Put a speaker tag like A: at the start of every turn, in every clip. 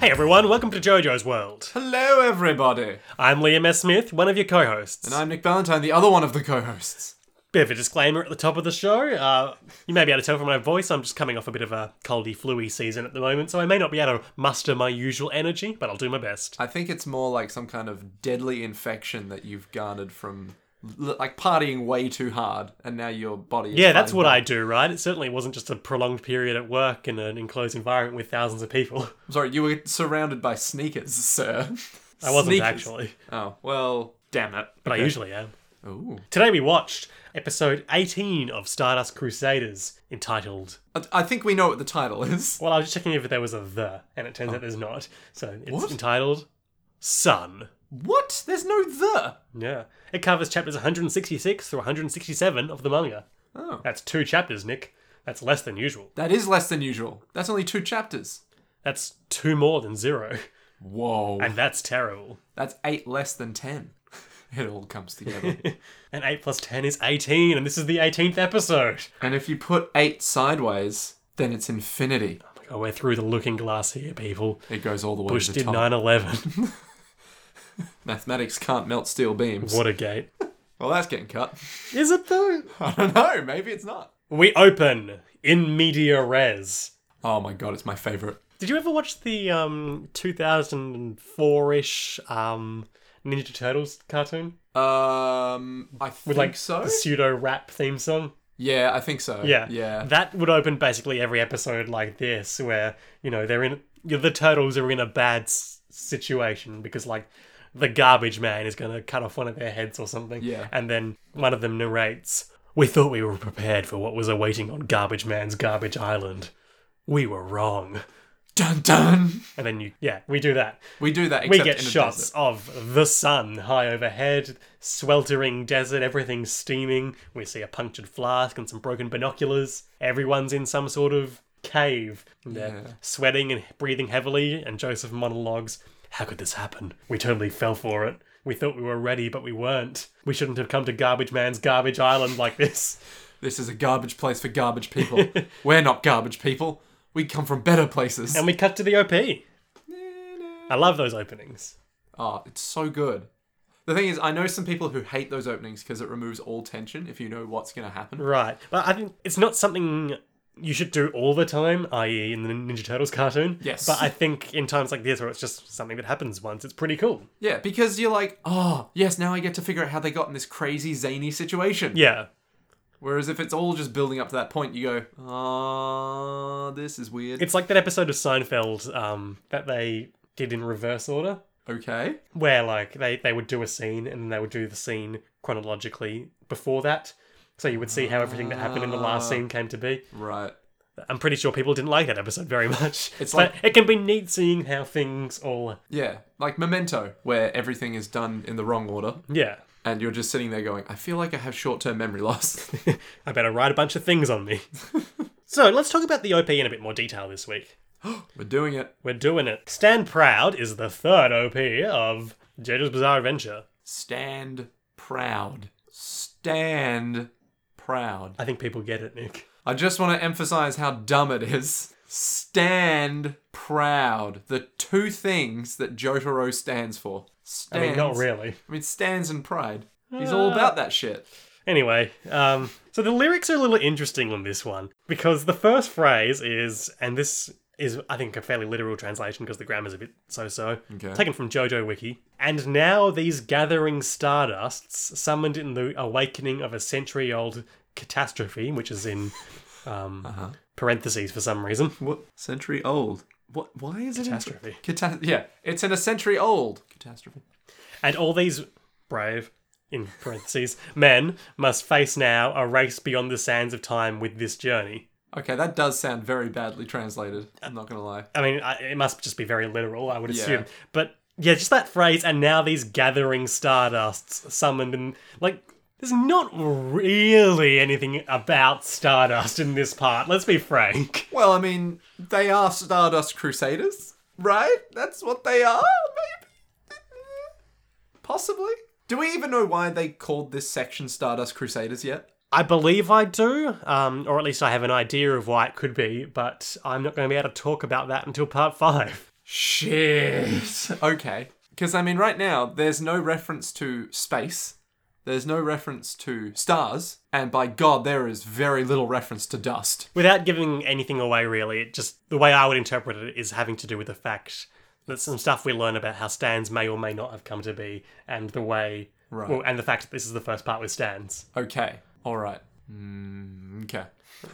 A: Hey everyone, welcome to JoJo's World.
B: Hello, everybody.
A: I'm Liam S. Smith, one of your co hosts.
B: And I'm Nick Valentine, the other one of the co hosts.
A: Bit of a disclaimer at the top of the show. Uh, you may be able to tell from my voice, I'm just coming off a bit of a coldy, fluey season at the moment, so I may not be able to muster my usual energy, but I'll do my best.
B: I think it's more like some kind of deadly infection that you've garnered from l- like partying way too hard, and now your body. Is
A: Yeah, that's
B: fighting
A: what I
B: back.
A: do, right? It certainly wasn't just a prolonged period at work in an enclosed environment with thousands of people.
B: I'm sorry, you were surrounded by sneakers, sir.
A: I wasn't
B: Sneakers.
A: actually,
B: Oh well, damn it.
A: but I usually am.
B: Ooh.
A: Today we watched episode 18 of Stardust Crusaders entitled
B: I, I think we know what the title is.
A: Well, I was just checking if there was a the, and it turns out there's not. So it's
B: What?
A: entitled Sun.
B: What? There's no the.
A: Yeah. It covers chapters 166 through 167 of the manga.
B: Oh,
A: That's two chapters, Nick. That's less than usual.
B: that is less than usual. That's only two chapters.
A: That's two more than zero.
B: Whoa.
A: And that's terrible.
B: That's eight less than ten. It all comes together.
A: And 8 plus 10 is 18, and this is the 18th episode.
B: And if you put eight sideways, then it's infinity.
A: Oh, we're through the looking glass here, people.
B: It goes all the way
A: Bush
B: to the
A: did
B: top.
A: 9 11.
B: Mathematics can't melt steel beams.
A: Watergate.
B: Well, that's getting cut.
A: Is it though?
B: I don't know. Maybe it's not.
A: We open in media res.
B: Oh my god, it's my favorite.
A: Did you ever watch the um 2004-ish um Ninja Turtles cartoon
B: Um, I think
A: with like
B: so.
A: the pseudo rap theme song?
B: Yeah, I think so.
A: Yeah.
B: yeah.
A: That would open basically every episode like this where, you know, they're in you know, the turtles are in a bad s- situation because like the garbage man is going to cut off one of their heads or something.
B: Yeah.
A: And then one of them narrates, "We thought we were prepared for what was awaiting on Garbage Man's Garbage Island. We were wrong."
B: Dun dun.
A: And then you yeah, we do that.
B: We do that.
A: We
B: Except
A: get
B: in a
A: shots
B: desert.
A: of the sun high overhead, sweltering desert, everything steaming. We see a punctured flask and some broken binoculars. Everyone's in some sort of cave. And They're
B: Yeah.
A: sweating and breathing heavily, and Joseph monologues, How could this happen? We totally fell for it. We thought we were ready, but we weren't. We shouldn't have come to Garbage Man's Garbage Island like this.
B: This is a garbage place for garbage people. We're not garbage people. We come from better places.
A: And we cut to the OP. I love those openings.
B: Oh, it's so good. The thing is, I know some people who hate those openings because it removes all tension if you know what's going to happen.
A: Right. But I think it's not something you should do all the time, i.e., in the Ninja Turtles cartoon.
B: Yes.
A: But I think in times like this, where it's just something that happens once, it's pretty cool.
B: Yeah, because you're like, oh, yes, now I get to figure out how they got in this crazy, zany situation.
A: Yeah.
B: Whereas if it's all just building up to that point, you go, ah, this is weird.
A: It's like that episode of Seinfeld um, that they did in reverse order,
B: okay.
A: where like they, they would do a scene and then they would do the scene chronologically before that. So you would see how everything that happened in the
B: Ah.
A: last scene came to be.
B: Right.
A: I'm pretty sure people didn't like that episode very much.
B: It's
A: But
B: like-
A: it can be neat seeing how things all
B: Yeah. Like Memento, where everything is done in the wrong order,
A: yeah.
B: and you're just sitting there going, I feel like I have short term memory loss.
A: I better write a bunch of things on me. so let's talk about the OP in a bit more detail this week.
B: We're doing it.
A: We're doing it. Stand Proud is the third OP of JoJo's Bizarre Adventure.
B: Stand proud. Stand proud.
A: I think people get it, Nick.
B: I just want to emphasize how dumb it is. Stand proud. The two things that Jotaro stands for.
A: I
B: Stands,
A: mean, not Uh. really.
B: I mean, stands and pride. He's all about that shit.
A: Anyway, um, so the lyrics are a little interesting on this one because the first phrase is, and this is, I think, a fairly literal translation because the grammar's a bit so-so.
B: Okay.
A: Taken from JoJo Wiki. And now these gathering stardusts, summoned in the awakening of a century-old catastrophe, which is in um, parentheses for some reason.
B: What century old? What? Why is it
A: Catastrophe.
B: In, cata- yeah, it's in a century old catastrophe.
A: And all these brave, in parentheses, men must face now a race beyond the sands of time with this journey.
B: Okay, that does sound very badly translated. I'm not gonna lie.
A: I mean, I, it must just be very literal, I would assume.
B: Yeah.
A: But yeah, just that phrase, and now these gathering stardusts summoned, and like, there's not really anything about Stardust in this part, let's be frank.
B: Well, I mean, they are Stardust Crusaders, right? That's what they are, maybe? Possibly. Do we even know why they called this section Stardust Crusaders yet?
A: I believe I do, um, or at least I have an idea of why it could be, but I'm not going to be able to talk about that until part five.
B: Shit. Okay. Because, I mean, right now, there's no reference to space. There's no reference to stars. And by God, there is very little reference to dust.
A: Without giving anything away, really, it just the way I would interpret it is having to do with the fact that some stuff we learn about how stands may or may not have come to be, and the way,
B: Right.
A: well, and the fact that this is the first part with stands.
B: Okay. All right. Mm, okay.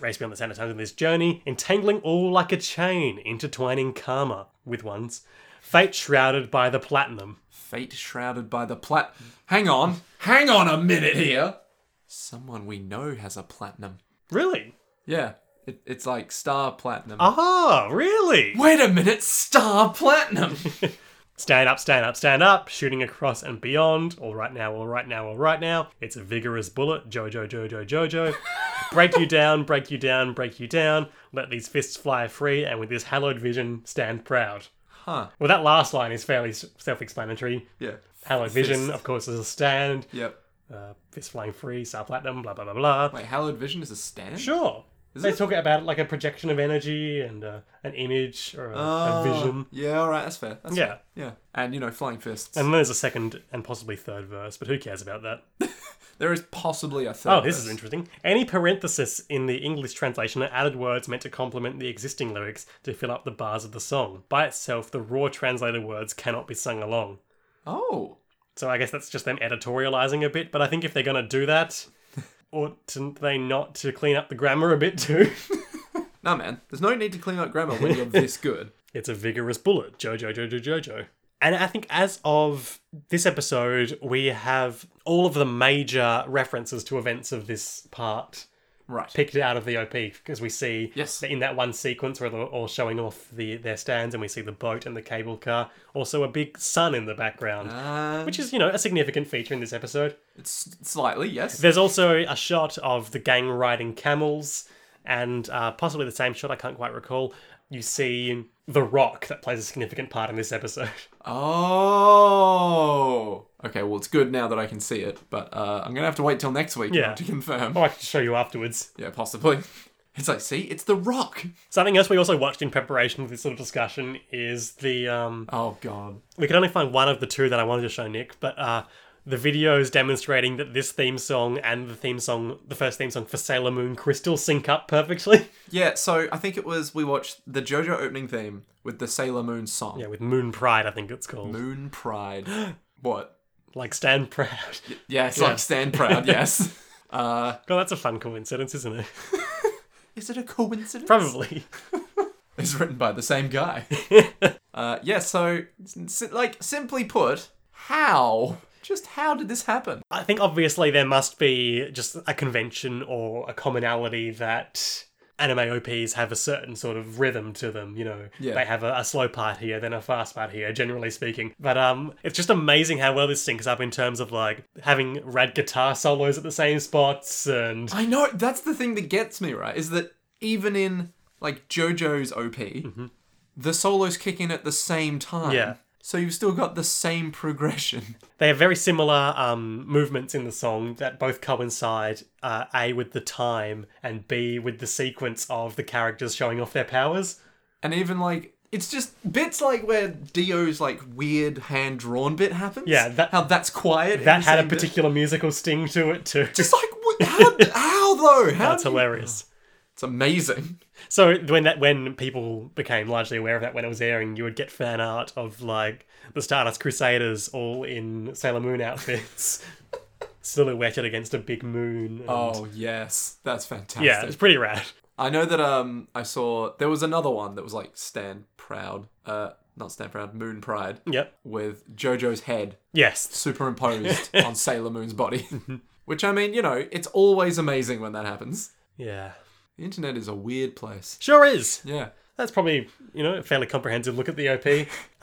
A: Race beyond the sound of times in this journey, entangling all like a chain, intertwining karma with ones. Fate shrouded by the platinum.
B: Fate shrouded by the plat. Hang on. Hang on a minute here. Someone we know has a platinum.
A: Really?
B: Yeah. It, it's like star platinum.
A: Ah, really?
B: Wait a minute. Star platinum.
A: Stand up, stand up, stand up, shooting across and beyond. All right now, all right now, all right now. It's a vigorous bullet. Jojo, Jojo, Jojo. break you down, break you down, break you down. Let these fists fly free, and with this hallowed vision, stand proud.
B: huh.
A: Well, that last line is fairly s- self explanatory.
B: Yeah.
A: Hallowed vision, of course, is a stand.
B: Yep.
A: Uh, fist flying free, star platinum, blah, blah, blah, blah.
B: Wait, Hallowed Vision is a stand?
A: Sure. they talk about it like a projection of energy and uh, an image or a, a vision.
B: Yeah, all right, that's fair. That's
A: Yeah.
B: fair. Yeah. And, you know, flying fists.
A: And then there's a second and possibly third verse, but who cares about that?
B: there is possibly a third.
A: Oh, this is
B: verse.
A: interesting. Any parenthesis in the English translation are added words meant to complement the existing lyrics to fill up the bars of the song. By itself, the raw translated words cannot be sung along.
B: Oh.
A: So I guess that's just them editorializing a bit, but I think if they're going to do that, oughtn't they not to clean up the grammar a bit too?
B: No, man. There's no need to clean up grammar when you're this good.
A: It's a vigorous bullet. Jojo, Jojo, Jojo. And I think as of this episode, we have all of the major references to events of this part
B: Right.
A: picked out of the OP because we see
B: Yes.
A: that in that one sequence where they're all showing off the their stands and we see the boat and the cable car, also a big sun in the background,
B: Um,
A: which is, you know, a significant feature in this episode.
B: it's slightly, yes.
A: There's also a shot of the gang riding camels, and uh, possibly the same shot, I can't quite recall. You see The Rock, that plays a significant part in this episode.
B: Oh. Okay, well, it's good now that I can see it, but uh, I'm going to have to wait till next week
A: Yeah.
B: to confirm.
A: Oh, I can show you afterwards.
B: Yeah, possibly. It's like, see, it's The Rock.
A: Something else we also watched in preparation for this little discussion is the um,
B: Oh, God.
A: we could only find one of the two that I wanted to show Nick, but uh, the videos demonstrating that this theme song and the theme song, the first theme song for Sailor Moon Crystal, sync up perfectly.
B: Yeah, so I think it was we watched the JoJo opening theme with the Sailor Moon song.
A: yeah, with Moon Pride, I think it's called.
B: Moon Pride. what?
A: Like Stand Proud.
B: Yeah, it's like stand proud, yes. Uh,
A: God, that's a fun coincidence, isn't it?
B: is it a coincidence?
A: Probably.
B: It's written by the same guy. uh, yeah, so, s- like, simply put, how? Just how did this happen?
A: I think obviously there must be just a convention or a commonality that anime OPs have a certain sort of rhythm to them, you know.
B: Yeah.
A: They have a, a slow part here, then a fast part here, generally speaking. But um it's just amazing how well this syncs up in terms of like having rad guitar solos at the same spots and
B: I know, that's the thing that gets me, right? Is that even in, like, JoJo's OP, the solos kick in at the same time.
A: Mm-hmm. Yeah.
B: So you've still got the same progression.
A: they have very similar um, movements in the song that both coincide uh, a with the time and b with the sequence of the characters showing off their powers
B: And even, like, it's just bits like where Dio's, like, weird hand drawn bit happens.
A: Yeah, that-
B: how that's quiet. in
A: that
B: the
A: had a
B: same bit.
A: particular musical sting to it too
B: It's like, what, how, how though? How
A: That's
B: do you-
A: hilarious.
B: It's amazing.
A: So when that when people became largely aware of that when it was airing, you would get fan art of like the Stardust Crusaders all in Sailor Moon outfits, silhouetted against a big moon. and-
B: Oh yes, that's fantastic.
A: yeah, it's pretty rad.
B: I know that. Um, I saw there was another one that was like Stand Proud. Uh, not Stand Proud, Moon Pride,
A: Yep.
B: with JoJo's head
A: Yes.
B: superimposed on Sailor Moon's body. Which I mean, you know, it's always amazing when that happens.
A: Yeah.
B: The internet is a weird place.
A: Sure is.
B: Yeah.
A: That's probably you know a fairly comprehensive look at the OP.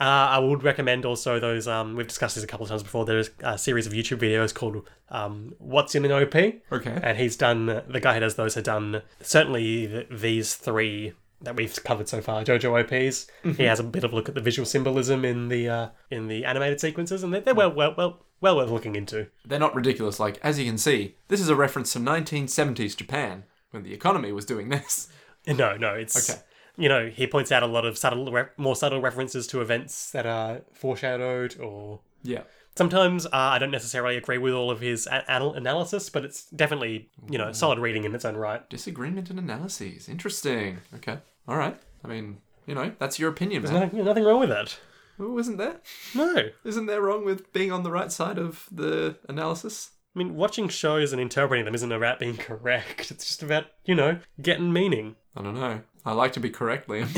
A: Uh, I would recommend also those. Um, we've discussed this a couple of times before. There's a series of YouTube videos called um, "What's in an OP."
B: Okay.
A: and he's done the guy who does those has done certainly th- these three that we've covered so far jojo ops he has a bit of a look at the visual symbolism in the uh, in the animated sequences and they're, they're well well well well worth looking into
B: They're not ridiculous. Like as you can see, this is a reference to 1970s Japan when the economy was doing this.
A: no no it's
B: Okay.
A: you know, he points out a lot of subtle, re- more subtle references to events that are foreshadowed or
B: Yeah.
A: Sometimes uh, I don't necessarily agree with all of his a- anal- analysis, but it's definitely you know solid reading in its own right.
B: Disagreement and analyses. Interesting. Okay. All right. I mean, you know, that's your opinion, man.
A: Nothing, nothing wrong with that.
B: Oh, isn't there?
A: No, I
B: Isn't there wrong with being on the right side of the analysis?
A: mean watching shows and interpreting them isn't about being correct. It's just about you know getting meaning.
B: I don't know. I like to be correct, Liam.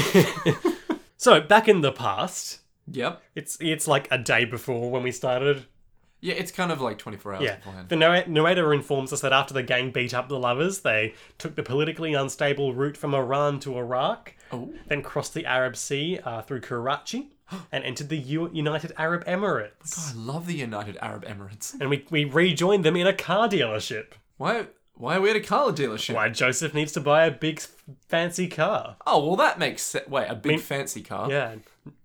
A: So back in the past,
B: yep.
A: it's it's like a day before when we started.
B: Yeah, it's kind of like 24 hours
A: Yeah,
B: beforehand.
A: the narra- narrator informs us that after the gang beat up the lovers, they took the politically unstable route from Iran to Iraq.
B: Oh,
A: then crossed the Arab Sea uh, through Karachi and entered the U- United Arab Emirates.
B: I love the United Arab Emirates.
A: And we, we rejoined them in a car dealership.
B: Why? Why are we at a car dealership?
A: Why Joseph needs to buy a big f- fancy car.
B: Oh, well, that makes sense. Wait, a big fancy car.
A: Yeah.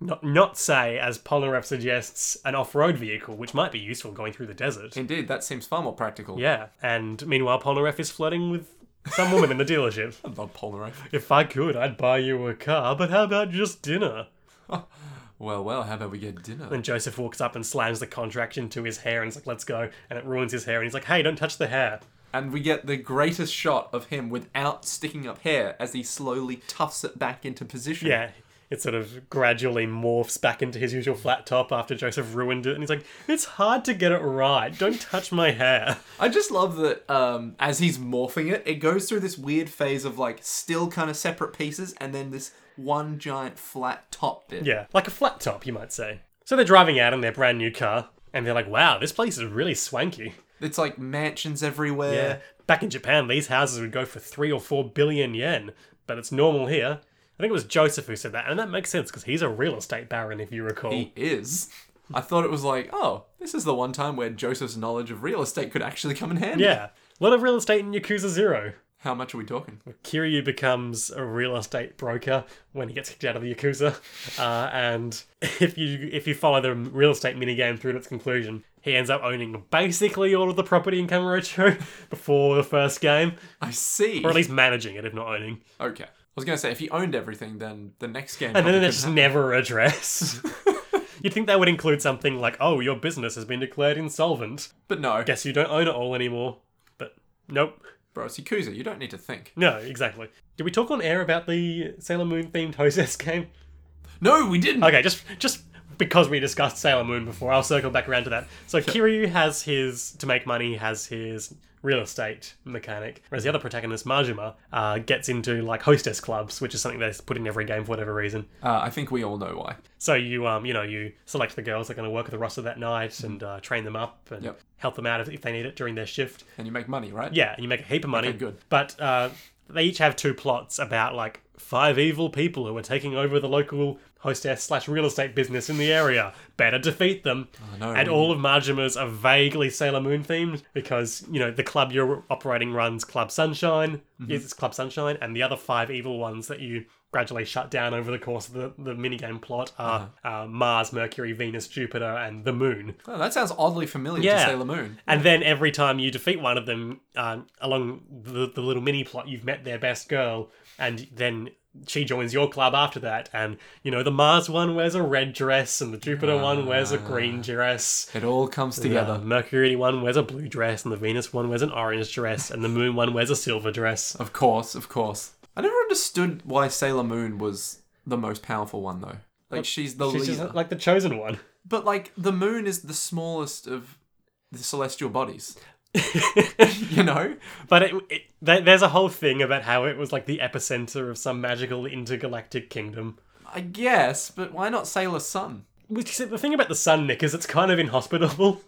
A: Not, not say, as Polnareff suggests, an off road vehicle, which might be useful going through the desert.
B: Indeed, that seems far more practical.
A: Yeah. And meanwhile, Polnareff is flirting with some woman in the dealership.
B: I love Polaroid.
A: If I could, I'd buy you a car, but how about just dinner?
B: Well, well, how about we get dinner?
A: And Joseph walks up and slams the contract into his hair and is like, let's go. And it ruins his hair. And he's like, hey, don't touch the hair.
B: And we get the greatest shot of him without sticking up hair as he slowly tufts it back into position.
A: Yeah. It sort of gradually morphs back into his usual flat top after Joseph ruined it. And he's like, it's hard to get it right. Don't touch my hair.
B: I just love that um, as he's morphing it, it goes through this weird phase of like still kind of separate pieces and then this one giant flat top bit.
A: Yeah. Like a flat top, you might say. So they're driving out in their brand new car. And they're like, wow, this place is really swanky.
B: It's like mansions everywhere.
A: Back in Japan, these houses would go for three or four billion yen, but it's normal here. I think it was Joseph who said that, and that makes sense because he's a real estate baron, if you recall.
B: He is. I thought it was like, oh, this is the one time where Joseph's knowledge of real estate could actually come in handy.
A: Yeah. A lot of real estate in Yakuza Zero.
B: How much are we talking?
A: Kiryu becomes a real estate broker when he gets kicked out of the Yakuza. Uh, and if you if you follow the real estate minigame through to its conclusion, he ends up owning basically all of the property in Kamurocho before the first game.
B: I see.
A: Or at least managing it, if not owning.
B: okay. I was gonna say if he owned everything, then the next game.
A: And then
B: probably
A: it's just never addressed. You'd think that would include something like, oh, your business has been declared insolvent.
B: couldn't- but no,
A: Guess you don't own it all anymore. But nope.
B: bro, it's Yakuza. You don't need to think.
A: No, exactly. Did we talk on air about the Sailor Moon themed Hoses game?
B: No, we didn't.
A: Okay, just just because we discussed Sailor Moon before, I'll circle back around to that. So Kiryu has his to make money has his real estate mechanic, whereas the other protagonist Majima uh, gets into like hostess clubs, which is something they put in every game for whatever reason.
B: Uh, I think we all know why.
A: So you um you know you select the girls that are going to work at the roster that night and uh, train them up and
B: Yep.
A: help them out if, if they need it during their shift.
B: And you make money, right?
A: Yeah, and you make a heap of money.
B: Okay, good.
A: But uh, they each have two plots about like five evil people who are taking over the local hostess slash real estate business in the area. Better defeat them.
B: Oh, no,
A: and
B: we-
A: all of Majima's are vaguely Sailor Moon themed because you know the club you're operating runs Club Sunshine.
B: Mm-hmm.
A: It's Club Sunshine, and the other five evil ones that you gradually shut down over the course of the, the minigame plot are
B: Uh-huh.
A: uh, Mars, Mercury, Venus, Jupiter, and the Moon.
B: Oh, that sounds oddly familiar
A: Yeah.
B: to Sailor Moon.
A: And then every time you defeat one of them um, along the, the little mini plot, you've met their best girl, and then she joins your club after that. And you know, the Mars one wears a red dress, and the Jupiter one wears a green dress.
B: It all comes
A: The
B: together.
A: Mercury one wears a blue dress, and the Venus one wears an orange dress, and the Moon one wears a silver dress.
B: Of course, of course. I never understood why Sailor Moon was the most powerful one though. Like she's the
A: She's
B: leader.
A: just like the chosen one.
B: But like the moon is the smallest of the celestial bodies. you know?
A: But it, it, there- there's a whole thing about how it was like the epicenter of some magical intergalactic kingdom.
B: I guess, but why not Sailor Sun?
A: Which the thing about the sun, Nick, is it's kind of inhospitable.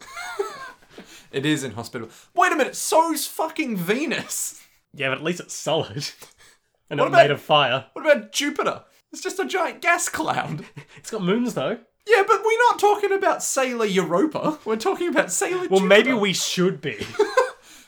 B: It is in hospital. Wait a minute, so's fucking Venus.
A: Yeah, but at least it's solid. And
B: What
A: not
B: about-
A: made of fire.
B: What about Jupiter? It's just a giant gas cloud.
A: It's got moons though.
B: Yeah, but we're not talking about Sailor Europa. We're talking about Sailor
A: Well,
B: Jupiter.
A: maybe we should be.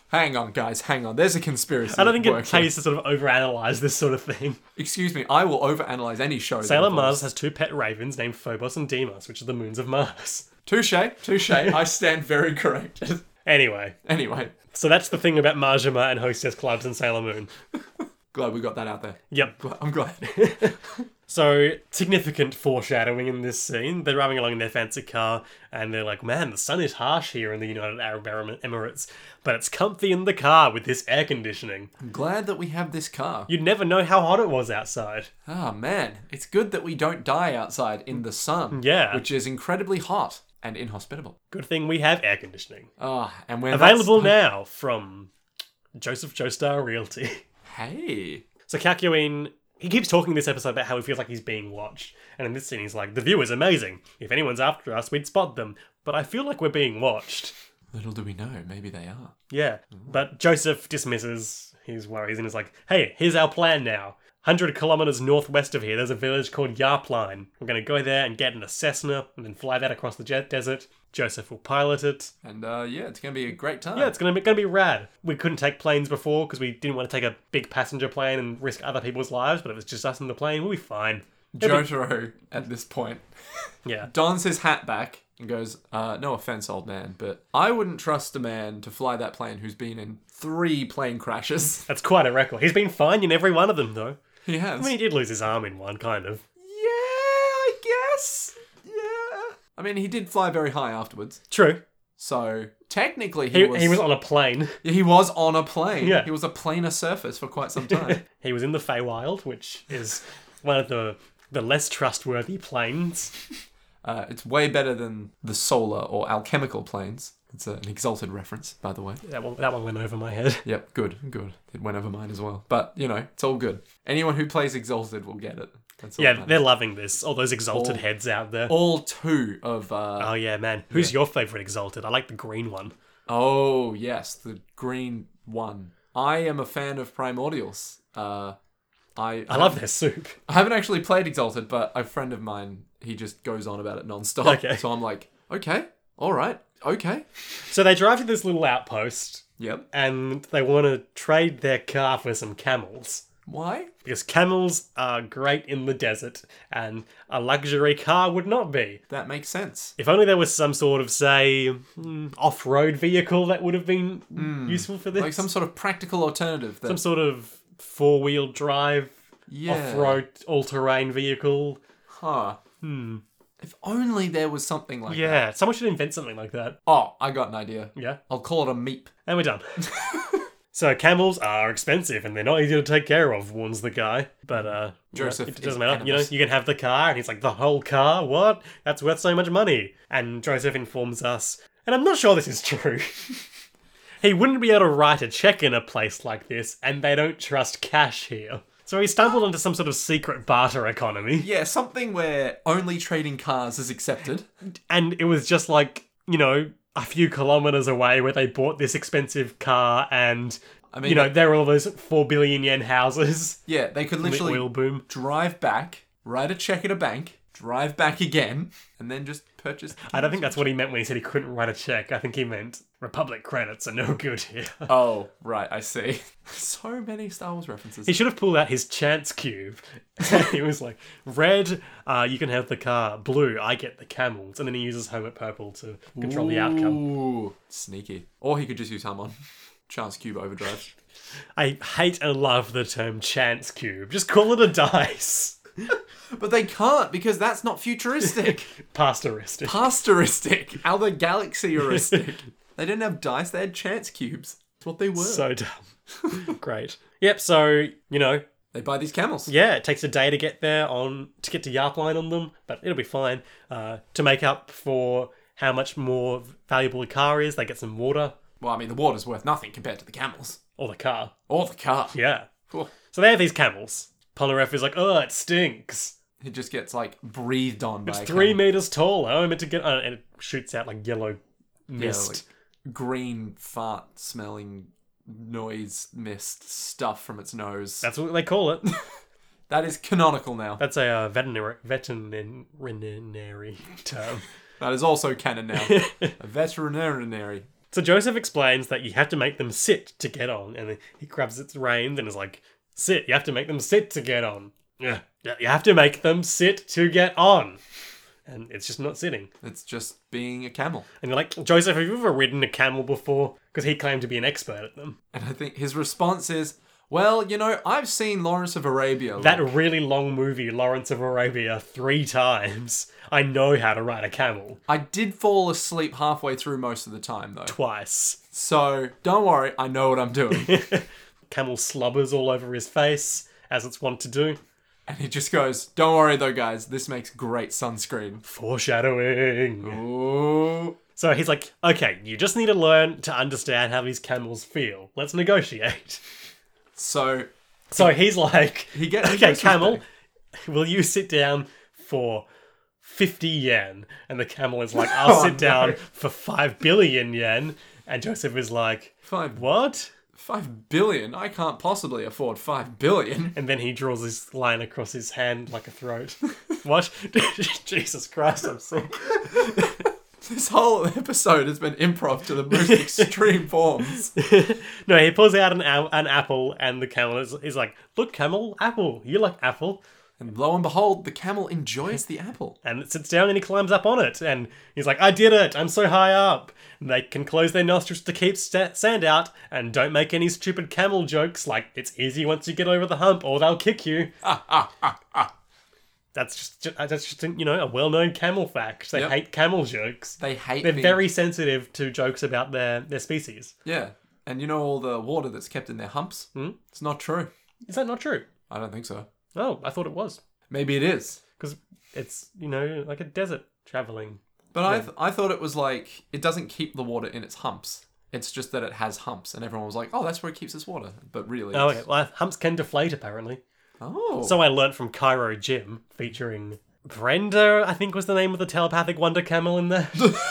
B: Hang on, guys, hang on. There's a conspiracy.
A: I don't think it
B: working.
A: pays to sort of overanalyze this sort of thing.
B: Excuse me, I will overanalyze any show. that
A: Sailor
B: involves-
A: Mars has two pet ravens named Phobos and Deimos, which are the moons of Mars.
B: Touche, touche. I stand very corrected.
A: Anyway,
B: Anyway,
A: so that's the thing about Majima and Hostess Clubs and Sailor Moon.
B: Glad we got that out there.
A: Yep.
B: Gl- I'm glad.
A: So significant foreshadowing in this scene. They're driving along in their fancy car, and they're like, "Man, the sun is harsh here in the United Arab Emir- Emirates, but it's comfy in the car with this air conditioning.
B: I'm glad that we have this car.
A: You'd never know how hot it was outside."
B: Ah, man. It's good that we don't die outside in the sun.
A: Yeah.
B: Which is incredibly hot and inhospitable.
A: Good thing we have air conditioning
B: Ah, and when that's-
A: available now from Joseph Joestar Realty.
B: Hey.
A: So Kakyoin, he keeps talking this episode about how he feels like he's being watched, and in this scene he's like, "The view is amazing. If anyone's after us, we'd spot them, but I feel like we're being watched."
B: Little do we know, maybe they are.
A: Yeah. But Joseph dismisses his worries and is like, hey, here's our plan now. 100 kilometers northwest of here, there's a village called Yarpline. We're going to go there and get an Cessna and then fly that across the jet desert. Joseph will pilot it.
B: And uh, yeah, it's going to be a great time.
A: Yeah, it's going to be, gonna be rad. We couldn't take planes before because we didn't want to take a big passenger plane and risk other people's lives, but if it's just us in the plane, we'll be fine.
B: Jotaro at this point
A: Yeah.
B: dons his hat back and goes, uh, No offense, old man, but I wouldn't trust a man to fly that plane who's been in three plane crashes.
A: That's quite a record. He's been fine in every one of them, though.
B: He has.
A: I mean, he did lose his arm in one, kind of.
B: yeah, I guess. Yeah. I mean, he did fly very high afterwards.
A: True.
B: So technically, he,
A: He,
B: was,
A: he was on a plane.
B: Yeah, he was on a plane.
A: Yeah.
B: He was a planar surface for quite some time.
A: He was in the Feywild, which is one of the the less trustworthy planes.
B: uh, it's way better than the solar or alchemical planes. It's an exalted reference, by the way.
A: That one, that one went over my head.
B: Yep, good, good. It went over mine as well. But, you know, it's all good. Anyone who plays Exalted will get it. That's all that
A: Yeah,
B: matters.
A: they're loving this. All those exalted
B: All-
A: heads out there.
B: all two of uh
A: Oh yeah, man. Who's your favorite exalted? I like the green one.
B: oh yes, the green one. I am a fan of Primordials. Uh I
A: I love their soup.
B: I haven't actually played Exalted, but a friend of mine, he just goes on about it nonstop.
A: Okay.
B: So I'm like, okay, all right, okay.
A: So they drive to this little outpost
B: Yep.
A: and they want to trade their car for some camels.
B: Why?
A: Because camels are great in the desert, and a luxury car would not be.
B: That makes sense.
A: If only there was some sort of, say, mm, off-road vehicle that would have been useful for this.
B: Hmm. Like some sort of practical alternative that
A: some sort of four wheel drive,
B: yeah.
A: off road, all terrain vehicle.
B: Huh. Hmm. If only there was something like that.
A: Yeah, someone should invent something like that.
B: Oh, I got an idea.
A: Yeah,
B: I'll call it a meep.
A: and we're done. so camels are expensive and they're not easy to take care of, warns the guy. But uh, you know,
B: Joseph
A: it
B: is
A: doesn't matter. You know,
B: animus.
A: you can have the car, and he's like, the whole car. What? That's worth so much money. And Joseph informs us, and I'm not sure this is true. He wouldn't be able to write a check in a place like this, and they don't trust cash here. So he stumbled into some sort of secret barter economy.
B: Yeah, something where only trading cars is accepted.
A: and it was just like you know a few kilometers away where they bought this expensive car and
B: I mean,
A: you know there were all those four billion yen houses
B: yeah, they could
A: the
B: literally
A: oil boom
B: drive back, write a check at a bank, drive back again, and then just purchase.
A: i don't think that's what he meant when he said he couldn't write a check i think he meant republic credits are no good here
B: Oh, right, I see. so many Star Wars references.
A: he should have pulled out his chance cube it was like red uh, you can have the car blue i get the camels and then he uses hermit purple to control the outcome
B: Ooh, sneaky. Or he could just use Harmon. Chance Cube Overdrive.
A: i hate and love the term chance cube just call it a dice
B: but they can't because that's not futuristic.
A: pastoristic
B: Pastoristic. Out of the galaxy-eristic. they didn't have dice, they had chance cubes. That's what they were.
A: So dumb. Great. Yep. So you know,
B: they buy these camels.
A: yeah, it takes a day to get there on to get to Yarpline on them, but it'll be fine. Uh, to make up for how much more valuable the car is, they get some water
B: Well, I mean, the water's worth nothing compared to the camels.
A: or the car.
B: Or the car.
A: Yeah.
B: Cool.
A: So they have these camels. Polnareff is like, oh, it stinks.
B: He just gets, like, breathed on by a
A: Three
B: camel.
A: meters tall. I only meant to get, uh, and it shoots out like yellow mist.
B: green fart smelling noise mist stuff from its nose.
A: That's what they call it.
B: that is canonical now.
A: That's a uh, veterinary veterinary term.
B: That is also canon now. a veterinary.
A: So Joseph explains that you have to make them sit to get on, and he grabs its reins and is like, "Sit! You have to make them sit to get on. Yeah, yeah, you have to make them sit to get on." And it's just not sitting.
B: It's just being a camel.
A: And you're like, Joseph, have you ever ridden a camel before? Because he claimed to be an expert at them.
B: And I think his response is, Well, you know, I've seen Lawrence of Arabia.
A: That really long movie, Lawrence of Arabia, three times. I know how to ride a camel.
B: I did fall asleep halfway through most of the time, though.
A: Twice.
B: So don't worry, I know what I'm doing.
A: Camel slubbers all over his face, as it's wont to do.
B: and he just goes, Don't worry, though, guys, this makes great sunscreen.
A: Foreshadowing.
B: Ooh.
A: So he's like, okay, you just need to learn to understand how these camels feel. Let's negotiate.
B: So
A: So he's like,
B: he gets. he
A: okay,
B: goes with
A: camel,
B: the-
A: will you sit down for 50 yen? And the camel is like, I'll
B: Oh,
A: sit
B: no.
A: down for 5 billion yen. And Joseph is like,
B: Five,
A: what?
B: five billion? I can't possibly afford five billion.
A: And then he draws this line across his hand like a throat. what? Jesus Christ, I'm sick.
B: This whole episode has been improv to the most extreme forms.
A: no, he pulls out an, a- an apple, and the camel is, is like, Look, camel, apple. You like apple.
B: And lo and behold, the camel enjoys the apple.
A: and it sits down and he climbs up on it and he's like i did it i'm so high up and they can close their nostrils to keep sta sand out and don't make any stupid camel jokes like it's easy once you get over the hump or they'll kick you that's just ju- that's just you know a well-known camel fact they
B: Yep.
A: hate camel jokes
B: They hate
A: they're
B: being-
A: very sensitive to jokes about their their species
B: Yeah. And you know all the water that's kept in their humps?
A: Hmm?
B: Mm? It's not true.
A: is that not true
B: I don't think so.
A: oh i thought it was
B: Maybe it is.
A: because it's you know like a desert traveling
B: But I, th- I thought it was like, it doesn't keep the water in its humps. It's just that it has humps. And everyone was like, oh, that's where it keeps its water. But really,
A: oh
B: it's-
A: okay. well humps can deflate apparently
B: Oh.
A: So I learnt from Cairo Jim featuring Brenda, I think was the name of the telepathic wonder camel in there.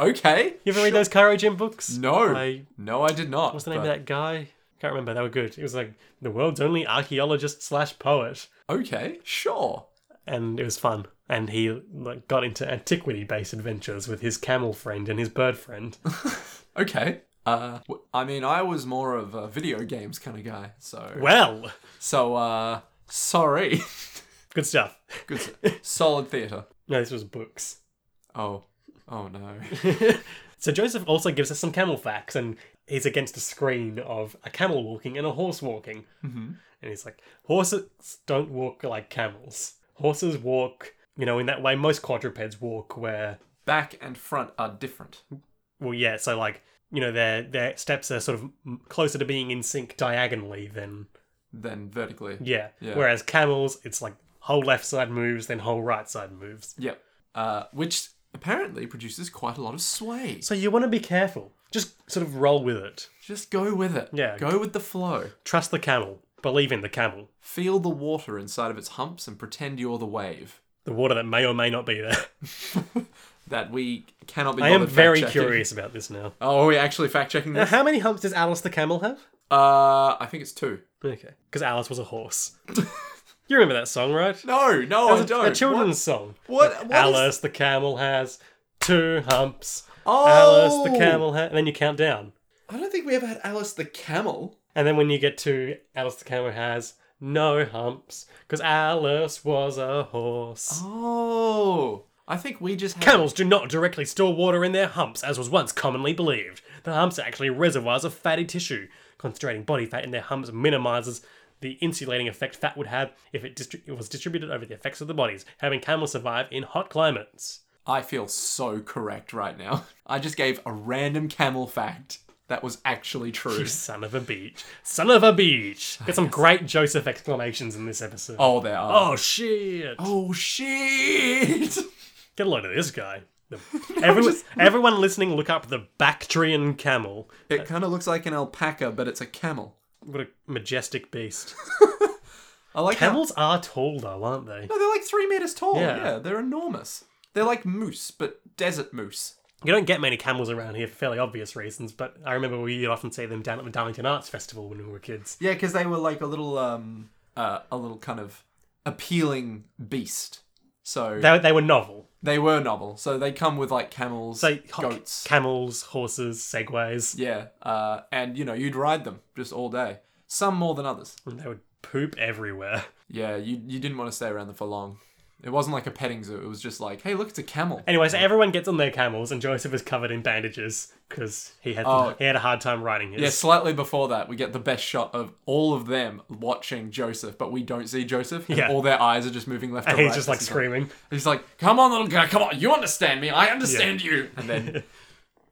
A: You
B: okay.
A: ever read those Cairo Jim books?
B: No.
A: I,
B: No, I did not.
A: what's the name of that guy? Can't remember. They were good. It was like the world's only archaeologist slash poet,
B: Okay, sure.
A: and it was fun. And he like got into antiquity based adventures with his camel friend and his bird friend.
B: Okay. Uh, w- I mean, I was more of a video games kind of guy, so
A: well,
B: so uh, sorry.
A: good stuff.
B: Good, s- solid theater.
A: No, this was books.
B: Oh, oh no.
A: So Joseph also gives us some camel facts, and he's against a screen of a camel walking and a horse walking. Mm-hmm. And he's like, horses don't walk like camels. Horses walk, you know, in that way most quadrupeds walk, where
B: Back and front are different.
A: well, yeah, so like you know their their steps are sort of m- closer to being in sync diagonally than
B: Then vertically.
A: yeah.
B: Yeah.
A: Whereas camels, it's like whole left side moves, then whole right side moves.
B: Yep. Uh, which apparently produces quite a lot of sway.
A: So you want to be careful. Just sort of roll with it.
B: Just go with it.
A: Yeah.
B: Go with the flow.
A: Trust the camel. Believe in the camel.
B: Feel the water inside of its humps and pretend you're the wave
A: The water that may or may not be there.
B: that we cannot be.
A: I am
B: bothered
A: very
B: fact-checking.
A: curious about this now.
B: Oh, are we actually fact checking this?
A: how many humps does Alice the camel have?
B: Uh, I think it's two.
A: Okay, because Alice was a horse. you remember that song, right?
B: No, no, I
A: It's a,
B: don't.
A: a children's song.
B: What-
A: Like,
B: what is-
A: Alice the camel has two humps.
B: Oh!
A: Alice the camel has, and then you count down,
B: What? I don't think we ever had Alice the camel.
A: and then when you get to Alice the camel has no humps because Alice was a horse.
B: Oh, I think we just had.
A: Camels do not directly store water in their humps, as was once commonly believed. The humps are actually reservoirs of fatty tissue. Concentrating body fat in their humps minimizes the insulating effect fat would have if it, distri- it was distributed over the effects of the bodies, having camels survive in hot climates.
B: I feel so correct right now. I just gave a random camel fact that was actually true.
A: Son of a beach. Son of a beach. Got some great Joseph exclamations in this episode.
B: oh, there are.
A: Oh, shit.
B: Oh, shit!
A: Get a load of this guy. The- everyone, everyone listening, look up the Bactrian camel.
B: It kind of looks like an alpaca, but it's a camel.
A: What a majestic beast.
B: I like how.
A: Camels are tall, though, aren't they?
B: No, they're like three meters tall.
A: Yeah.
B: yeah, they're enormous. They're like moose, but desert moose.
A: You don't get many camels around here for fairly obvious reasons, but I remember we would often see them down at the Darlington Arts Festival when we were kids.
B: Yeah, because they were like a little, um, uh, a little kind of appealing beast. So
A: They, they were novel.
B: they were novel. So they come with like camels,
A: So ho-
B: goats.
A: camels, horses, segways.
B: yeah, uh, and you know you'd ride them just all day. Some more than others.
A: And They would poop everywhere.
B: Yeah, you you didn't want to stay around them for long. It wasn't like a petting zoo. It was just like, hey, look, it's a camel.
A: Anyway, so everyone gets on their camels, and Joseph is covered in bandages because he had
B: Oh.
A: he had a hard time riding his.
B: Yeah, slightly before that, we get the best shot of all of them watching Joseph, but we don't see Joseph. And
A: Yeah.
B: All their eyes are just moving left
A: and
B: to right.
A: he's just like
B: This is
A: screaming.
B: He's like, come on, little guy, come on. You understand me. I understand you. And then,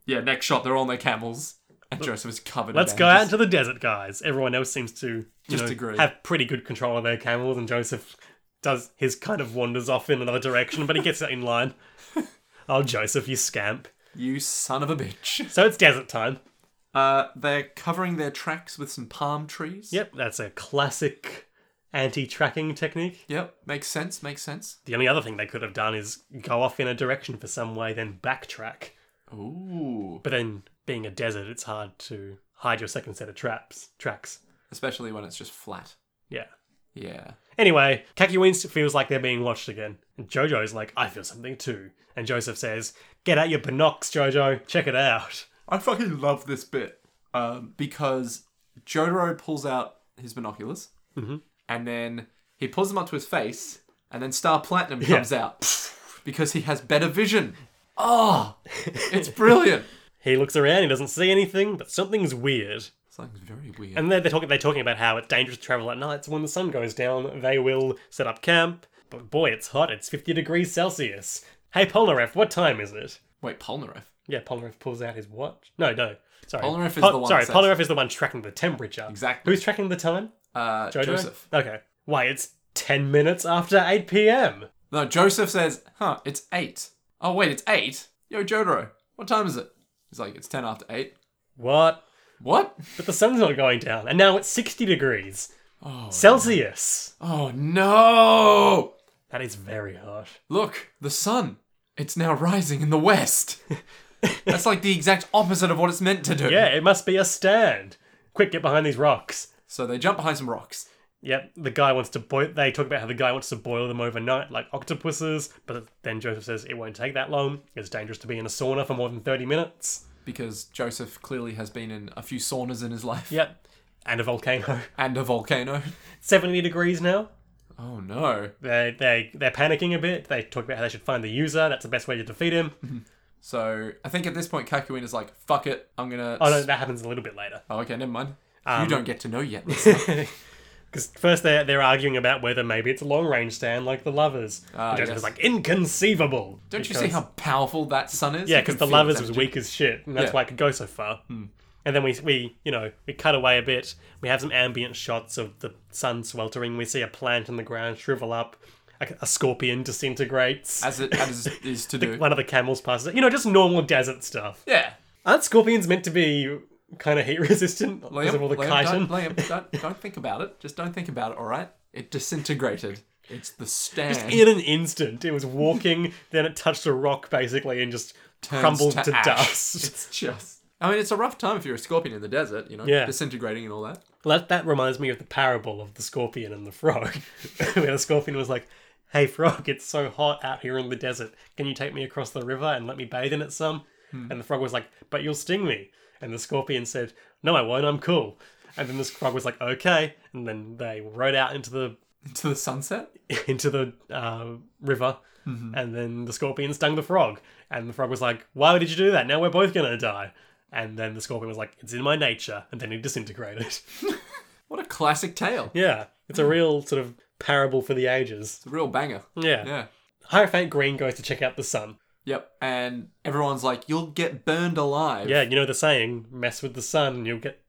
B: yeah, next shot, they're on their camels. And Joseph is covered
A: Let's
B: in
A: go out
B: bandages.
A: into the desert, guys. Everyone else seems to you
B: Just
A: know,
B: agree.
A: have pretty good control of their camels, and Joseph does his kind of wanders off in another direction, but he gets it in line. Oh, Joseph, you scamp!
B: You son of a bitch.
A: So it's desert time.
B: Uh, they're covering their tracks with some palm trees.
A: Yep, that's a classic anti-tracking technique.
B: Yep. Makes sense. Makes sense.
A: The only other thing they could have done is go off in a direction for some way, then backtrack.
B: Ooh.
A: But then, being a desert, it's hard to hide your second set of traps tracks.
B: Especially when it's just flat.
A: Yeah.
B: Yeah.
A: Anyway, Kakiwins feels like they're being watched again. And Jojo's like, I feel something too. And Joseph says, Get out your binocs, Jojo. Check it out.
B: I fucking love this bit um, because Jotaro pulls out his binoculars
A: Mm-hmm.
B: and then he pulls them up to his face, and then Star Platinum comes out because he has better vision. Oh, it's brilliant.
A: He looks around, he doesn't see anything, but something's weird.
B: Something's very weird.
A: And they're, they're, talking, they're talking about how it's dangerous to travel at night, so when the sun goes down, they will set up camp. But boy, it's hot, it's 50 degrees Celsius. Hey, Polnareff, what time is it?
B: Wait, Polnareff.
A: Yeah, Polnareff pulls out his watch. No, no. Sorry.
B: Polnareff is the one
A: Sorry,
B: that says-
A: Polnareff is the one tracking the temperature.
B: Exactly.
A: Who's tracking the time?
B: Uh,
A: Jojo?
B: Joseph.
A: Okay. Why, it's 10 minutes after 8 p.m.
B: No, Joseph says, "Huh, it's eight. Oh wait, it's eight. Yo, Jotaro, what time is it?" He's like, "It's ten after eight.
A: What?
B: What?
A: But the sun's not going down, and now it's 60 degrees. Celsius.
B: Oh no!
A: That is very hot.
B: Look, the sun. It's now rising in the west. That's like the exact opposite of what it's meant to do.
A: Yeah, it must be a stand. Quick, get behind these rocks.
B: So they jump behind some rocks.
A: Yep, the guy wants to boil. They talk about how the guy wants to boil them overnight, like octopuses. But then Joseph says it won't take that long. It's dangerous to be in a sauna for more than 30 minutes.
B: Because Joseph clearly has been in a few saunas in his life.
A: Yep. And a volcano.
B: And a volcano.
A: 70 degrees now.
B: Oh no.
A: They, they, they're panicking a bit. They talk about how they should find the user. That's the best way to defeat him.
B: So I think at this point Kakuin is like, fuck it, I'm gonna
A: Oh no, that happens a little bit later.
B: Oh, okay, never mind. you don't get to know yet. Let's-
A: Because first they're they're arguing about whether maybe it's a long range stand like the lovers.
B: Ah,
A: and Joseph's
B: yes.
A: like inconceivable.
B: don't you
A: Because-
B: see how powerful that sun is?
A: Yeah,
B: You can
A: because the
B: feel
A: lovers
B: its
A: was
B: energy.
A: weak as shit, and that's
B: Yeah. Hmm.
A: why it could go so far. And then we we you know we cut away a bit. We have some ambient shots of the sun sweltering. We see a plant on the ground shrivel up. A, a scorpion disintegrates.
B: As it as is to do.
A: One of the camels passes. it. You know, just normal desert stuff.
B: Yeah.
A: Aren't scorpions meant to be kind of heat resistant because of all the
B: Liam,
A: chitin?
B: don't, Liam, don't, don't think about it. Just don't think about it, alright? It disintegrated. It's the stand.
A: in an instant. It was walking, then it touched a rock basically and just crumbled to,
B: ash.
A: dust.
B: It's just. I mean, it's a rough time if you're a scorpion in the desert, you know,
A: Yeah.
B: disintegrating and all that.
A: That, that reminds me of the parable of the scorpion and the frog, where the scorpion was like, Hey, frog, it's so hot out here in the desert. Can you take me across the river and let me bathe in it some? And the frog was like, But you'll sting me. And the scorpion said, No, I won't. I'm cool. And then the frog was like, Okay. And then they rode out into the
B: To the sunset?
A: into the uh, river, and then the scorpion stung the frog, and the frog was like, "Why did you do that? Now we're both gonna die." And then the scorpion was like, "It's in my nature," and then he disintegrated.
B: What a classic tale.
A: yeah, it's
B: Hmm.
A: a real sort of parable for the ages.
B: It's a real banger.
A: Yeah.
B: Yeah.
A: Hierophant Green goes to check out the sun.
B: Yep. And everyone's like, you'll get burned alive.
A: Yeah, you know the saying, "Mess with the sun, and you'll get."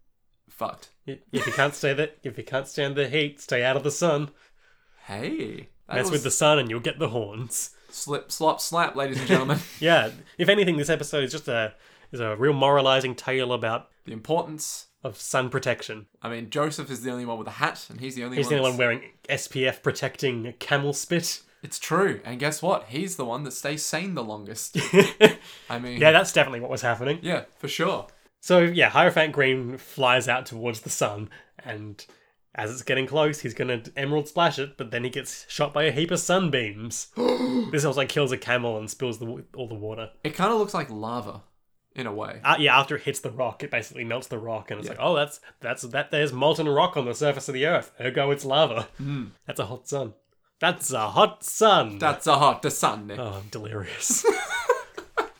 B: Fucked.
A: If you can't stay there, if you can't stand the heat, stay out of the sun.
B: Hey. That
A: Mess
B: was
A: with the sun, and you'll get the horns.
B: slip, slop, slap, ladies and gentlemen.
A: Yeah. If anything, this episode is just a is a real moralizing tale about
B: the importance.
A: of sun protection.
B: I mean, Joseph is the only one with a hat, and he's the only
A: He's
B: one.
A: the only one
B: that's-
A: wearing SPF protecting camel spit.
B: It's true. And guess what? He's the one that stays sane the longest. I mean,
A: Yeah, that's definitely what was happening.
B: yeah, for sure.
A: So, yeah, Hierophant Green flies out towards the sun, and as it's getting close, he's going to emerald splash it, but then he gets shot by a heap of sunbeams. this also kills a camel and spills the, wa- all the water.
B: It kind of looks like lava in a way.
A: Uh, yeah, after it hits the rock, it basically melts the rock, and it's like, oh, that's
B: Hmm.
A: that's that. There's molten rock on the surface of the earth. Ergo, it's lava. That's a hot sun. That's a hot sun.
B: That's a hot the sun. Nick.
A: oh, I'm delirious.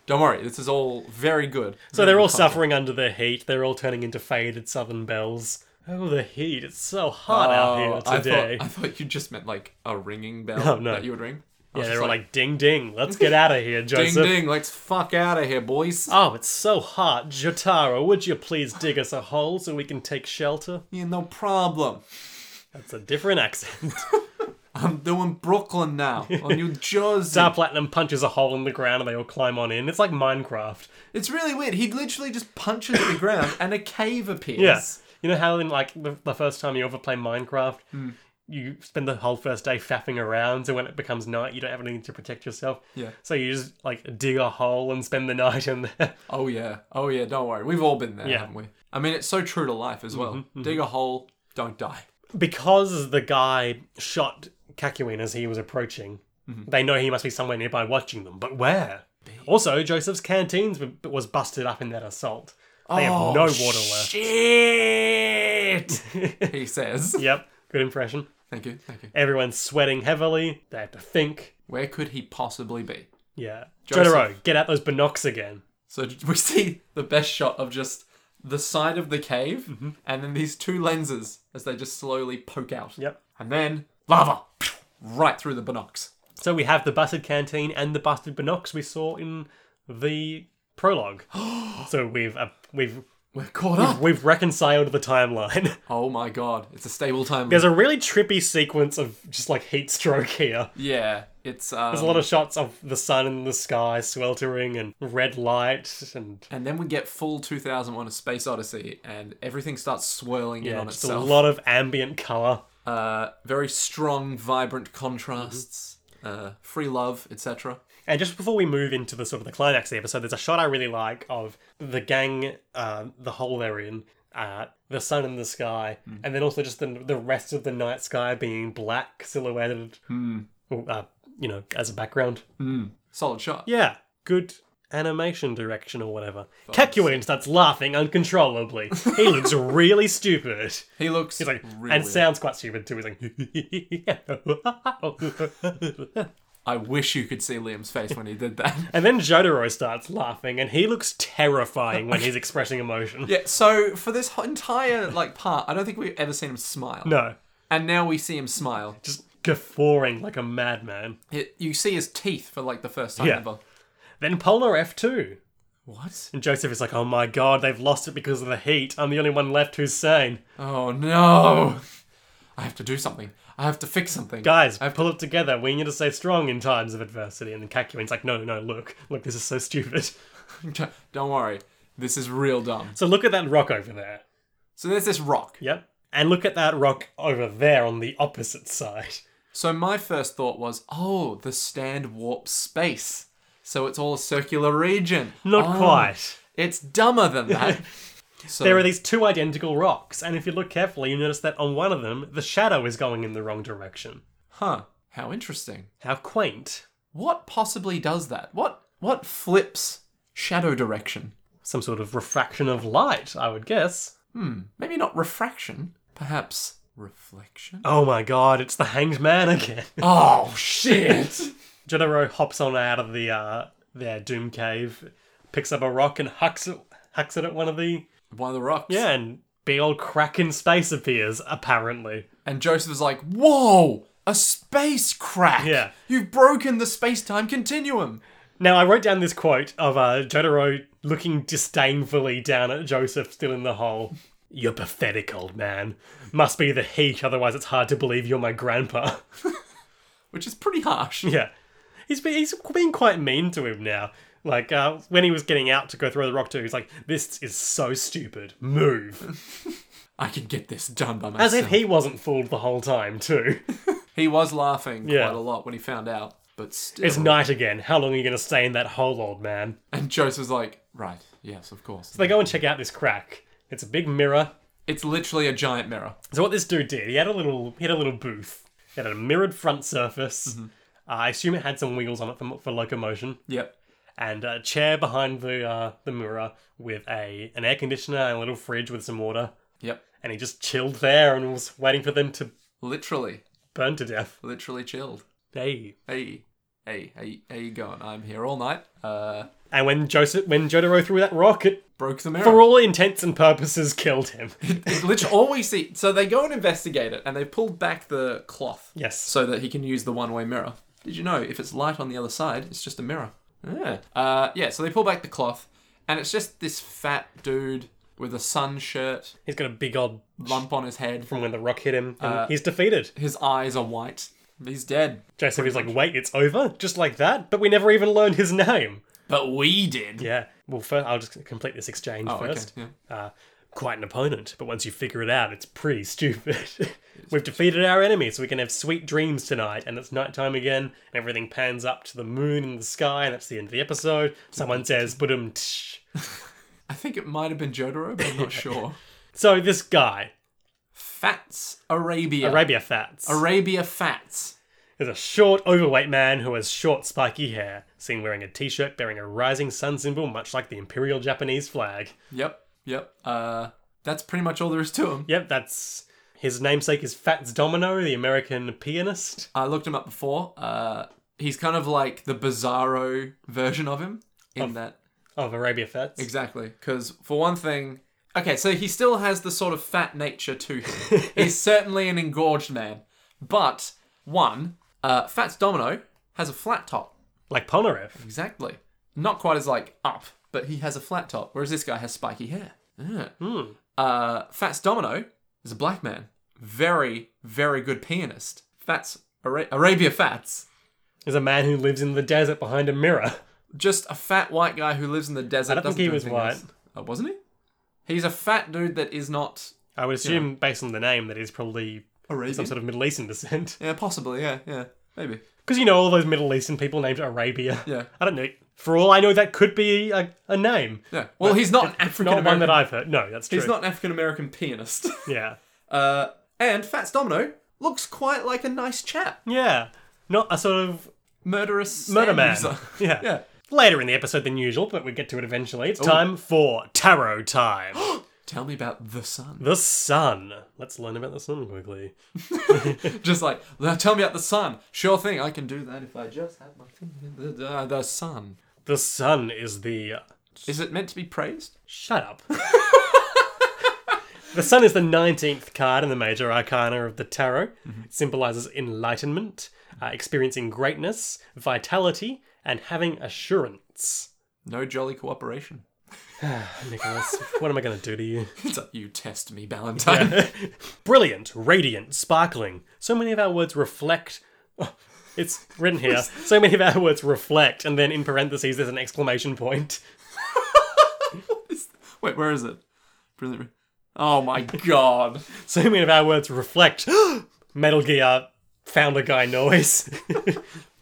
B: Don't worry, this is all very good.
A: so they're all suffering under the heat. They're all turning into faded southern bells. Oh, the heat. It's so hot out
B: Oh, I
A: here today.
B: thought, I thought you just meant like a ringing bell
A: Oh, no.
B: that you would ring.
A: yeah,
B: I was
A: they're
B: just
A: all like, ding ding. Let's get out of here,
B: ding
A: Joseph.
B: ding, let's fuck out of here, boys.
A: Oh, it's so hot. Jotaro, would you please dig us a hole so we can take shelter?
B: yeah, no problem.
A: That's a different accent.
B: I'm doing Brooklyn now, or New Jersey.
A: Star Platinum punches a hole in the ground and they all climb on in. It's like Minecraft.
B: It's really weird. He literally just punches the ground and a cave appears.
A: Yes. You know how in like the, the first time you ever play Minecraft,
B: Hmm.
A: you spend the whole first day faffing around, so when it becomes night, you don't have anything to protect yourself.
B: Yeah.
A: So you just like dig a hole and spend the night in there.
B: Oh yeah. Oh yeah. Don't worry. We've all been there,
A: Yeah. Mm-hmm,
B: haven't we? I mean, it's so true to life as well. Dig a hole, don't die.
A: because the guy shot Kakuin as he was approaching,
B: Mm-hmm.
A: they know he must be somewhere nearby watching them. But where? Also, Joseph's canteens w- was busted up in that assault. They
B: oh,
A: have no water
B: Shit.
A: left.
B: he says.
A: yep, good impression.
B: Thank you. Thank you.
A: Everyone's sweating heavily. They have to think.
B: Where could he possibly be?
A: Yeah.
B: Joseph.
A: Jotaro, get out those binocs again.
B: So we see the best shot of just the side of the cave,
A: Mm-hmm.
B: and then these two lenses as they just slowly poke out.
A: Yep.
B: And then lava, right through the binocs.
A: So we have the busted canteen and the busted binocs we saw in the prologue. so we've uh, we've
B: We're caught up.
A: we've reconciled the timeline.
B: Oh my god, it's a stable time.
A: There's a really trippy sequence of just like heat stroke here.
B: yeah, it's um,
A: There's a lot of shots of the sun in the sky sweltering and red light and
B: And then we get full 2001 A Space Odyssey, and everything starts swirling in
A: yeah,
B: on
A: just a
B: itself.
A: lot of ambient color.
B: uh, very strong, vibrant contrasts,
A: Mm-hmm.
B: uh, free love, etc.
A: And just before we move into the sort of the climax of the episode, there's a shot I really like of the gang, uh, the hole they're in, uh, the sun in the sky,
B: Hmm.
A: and then also just the, the rest of the night sky being black silhouetted,
B: Hmm.
A: uh, you know, as a background.
B: Solid shot.
A: Yeah, good animation direction or whatever. Kekuin starts laughing uncontrollably. He looks really stupid.
B: He looks
A: He's like,
B: really
A: and
B: weird.
A: sounds quite stupid too. He's like,
B: I wish you could see Liam's face when he did that.
A: and then Jotaro starts laughing, and he looks terrifying when he's expressing emotion.
B: yeah, so for this ho- entire like part, I don't think we've ever seen him smile.
A: No,
B: And now we see him smile.
A: just guffawing like a madman.
B: It, you see his teeth for like the first time
A: Yeah.
B: ever.
A: Then Polnar F2.
B: What?
A: And Joseph is like, oh my god, they've lost it because of the heat. I'm the only one left who's sane.
B: Oh no! I have to do something. I have to fix something.
A: guys, I pull it together. We need to stay strong in times of adversity. And then Kakuin's like, no, no, look, look, this is so stupid.
B: Don't worry. This is real dumb.
A: So look at that rock over there.
B: So there's this rock.
A: Yep. And look at that rock over there on the opposite side.
B: So my first thought was, oh, the stand warp space. So it's all a circular region.
A: Not
B: Oh,
A: quite.
B: It's dumber than that. so
A: There are these two identical rocks, and if you look carefully, you notice that on one of them, the shadow is going in the wrong direction.
B: huh? How interesting.
A: How quaint.
B: What possibly does that? What what flips shadow direction?
A: Some sort of refraction of light, I would guess.
B: Maybe not refraction. Perhaps reflection.
A: Oh my god, it's the hanged man again.
B: Oh shit!
A: Jotaro hops on out of the uh, their doom cave, picks up a rock and hucks it, hucks it at one of the
B: One of the rocks.
A: yeah, and big old crack in space appears. Apparently,
B: And Joseph is like, whoa, a space crack.
A: Yeah.
B: You've broken the space time continuum.
A: now I wrote down this quote of uh, Jotaro looking disdainfully down at Joseph still in the hole. You're pathetic, old man. Must be the heat, otherwise it's hard to believe you're my grandpa.
B: Which is pretty harsh.
A: Yeah. He's been, he's been quite mean to him now. Like, uh, when he was getting out to go throw the rock to, he's like, this is so stupid. Move.
B: I can get this done by myself.
A: As if he wasn't fooled the whole time, too.
B: He was laughing
A: Yeah.
B: quite a lot when he found out, but still.
A: It's night again. How long are you going to stay in that hole, old man?
B: and Joseph's like, right, yes, of course.
A: They go and check out this crack. It's a big mirror.
B: it's literally a giant mirror.
A: So what this dude did, he had a little, he had a little booth. It had a mirrored front surface. Uh, I assume it had some wheels on it for, for locomotion.
B: Yep.
A: and a chair behind the uh, the mirror with a an air conditioner and a little fridge with some water.
B: Yep.
A: And he just chilled there and was waiting for them to
B: Literally.
A: Burned to death.
B: Literally chilled.
A: Hey.
B: Hey, hey, hey, how you going? I'm here all night. Uh,
A: And when Joseph, when Jotaro threw that rock, it,
B: broke the mirror.
A: for all intents and purposes, killed him.
B: It literally, all we see. So they go and investigate it, and they pulled back the cloth.
A: Yes.
B: So that he can use the one-way mirror. Did you know if it's light on the other side, it's just a mirror? Yeah. Uh, yeah. So they pull back the cloth, and it's just this fat dude with a sun shirt,
A: He's got a big old
B: lump on his head.
A: from when the rock hit him, and
B: Uh,
A: he's defeated.
B: His eyes are white. He's dead.
A: Joseph is like, wait, it's over? Just like that? But we never even learned his name.
B: But we did.
A: Yeah. Well, first, I'll just complete this exchange
B: Oh, okay,
A: first.
B: yeah.
A: Uh, quite an opponent, but once you figure it out, it's pretty stupid. We've defeated our enemy, so we can have sweet dreams tonight, and it's nighttime again, and everything pans up to the moon and the sky, and that's the end of the episode. Someone says, "Budum." tsh."
B: I think it might have been Jotaro, but I'm not sure.
A: So this guy,
B: Fats Arabia.
A: Arabia Fats,
B: Arabia Fats.
A: is a short, overweight man who has short, spiky hair, seen wearing a t-shirt bearing a rising sun symbol, much like the imperial Japanese flag.
B: Yep. Yep. Uh, that's pretty much all there is to him.
A: Yep, that's his namesake is Fats Domino, the American pianist.
B: I looked him up before. Uh, he's kind of like the bizarro version of him in that
A: of Arabia Fats.
B: exactly because for one thing, okay, so he still has the sort of fat nature to him. he's certainly an engorged man, but one, uh, Fats Domino has a flat top.
A: like Ponarev.
B: Exactly, not quite as like up, but he has a flat top, whereas this guy has spiky hair. Yeah. Uh, Fats Domino is a black man, very very good pianist. Fats Ara- Arabia Fats.
A: Is a man who lives in the desert behind a mirror.
B: just a fat white guy who lives in the desert. I
A: don't think he was white.
B: Uh, wasn't he? He's a fat dude that is not
A: I would assume, based on the name, that he's probably
B: Arabian.
A: some sort of Middle Eastern descent.
B: yeah, possibly. Yeah, yeah, maybe.
A: Because you know all those Middle Eastern people named Arabia.
B: Yeah.
A: I don't know. For all I know, that could be a, a name.
B: Yeah. Well, he's not an African
A: Not one
B: American.
A: that I've heard. No, that's true.
B: He's not an African American pianist.
A: Yeah.
B: uh, and Fats Domino looks quite like a nice chap,
A: Yeah. Not a sort of
B: murderous
A: murder
B: sand
A: man.
B: user.
A: Yeah.
B: yeah.
A: Later in the episode than usual, but we get to it eventually. It's time for tarot time.
B: Tell me about the sun.
A: the sun. Let's learn about the sun quickly.
B: just like "Now tell me about the sun. Sure thing, I can do that if I just have my finger. The, uh, the, the sun.
A: The sun is the
B: Is it meant to be praised?
A: Shut up. the sun is the 19th card in the major arcana of the tarot. It symbolizes enlightenment, uh, experiencing greatness, vitality, and having assurance.
B: No jolly cooperation.
A: Nicholas, what am I going to do to you?
B: It's like, you test me, Valentine.
A: Brilliant, radiant, sparkling. So many of our words reflect. It's written here. So many of our words reflect, and then in parentheses, there's an exclamation point.
B: Wait, where is it? Brilliant. Oh my god.
A: So many of our words reflect Metal Gear founder guy noise.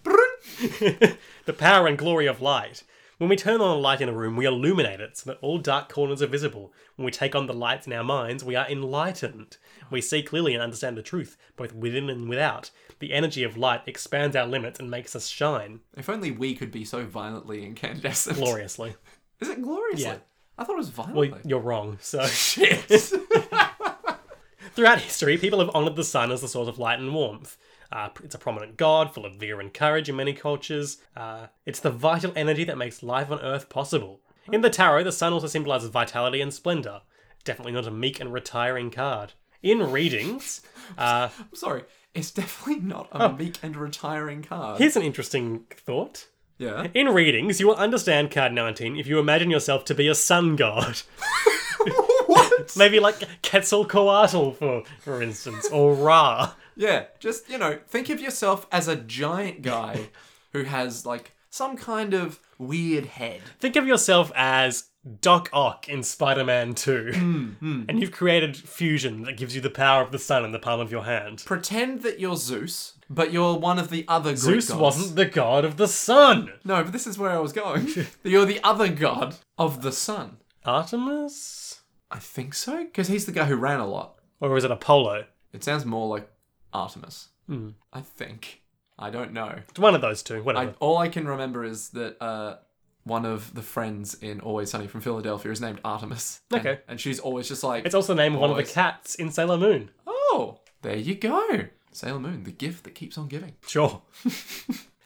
A: the power and glory of light. When we turn on a light in a room, we illuminate it so that all dark corners are visible. When we take on the lights in our minds, we are enlightened. We see clearly and understand the truth, both within and without. The energy of light expands our limits and makes us shine
B: If only we could be so violently incandescent.
A: gloriously.
B: Is it gloriously?
A: Yeah.
B: I thought it was violently.
A: Well, you're wrong. So.
B: Shit.
A: Throughout history, people have honoured the sun as the source of light and warmth. Uh, it's a prominent god, full of vigour and courage in many cultures. Uh, it's the vital energy that makes life on Earth possible. In the tarot, the sun also symbolises vitality and splendour. Definitely not a meek and retiring card. In readings, uh,
B: I'm sorry. It's definitely not
A: Oh.
B: a meek and retiring card.
A: here's an interesting thought.
B: Yeah.
A: In readings, you will understand card 19 if you imagine yourself to be a sun god.
B: what?
A: Maybe like Quetzalcoatl, for, for instance, or Ra.
B: Yeah. Just, you know, think of yourself as a giant guy who has like some kind of weird head.
A: Think of yourself as Doc Ock in Spider Man 2.
B: Hmm,
A: And you've created fusion that gives you the power of the sun in the palm of your hand.
B: Pretend that you're Zeus, but you're one of the other Greek
A: Zeus
B: gods.
A: wasn't the god of the sun!
B: No, but this is where I was going. You're the other god of the sun.
A: Artemis?
B: I think so, because he's the guy who ran a lot.
A: Or is it Apollo?
B: It sounds more like Artemis.
A: Hmm.
B: I think. I don't know.
A: It's one of those two,
B: I,
A: whatever.
B: all I can remember is that uh, one of the friends in Always Sunny from Philadelphia is named Artemis. And-
A: Okay.
B: And, she's always just like,
A: It's also named one of the
B: Always.
A: cats in Sailor Moon.
B: oh, there you go. Sailor Moon, the gift that keeps on giving.
A: Sure.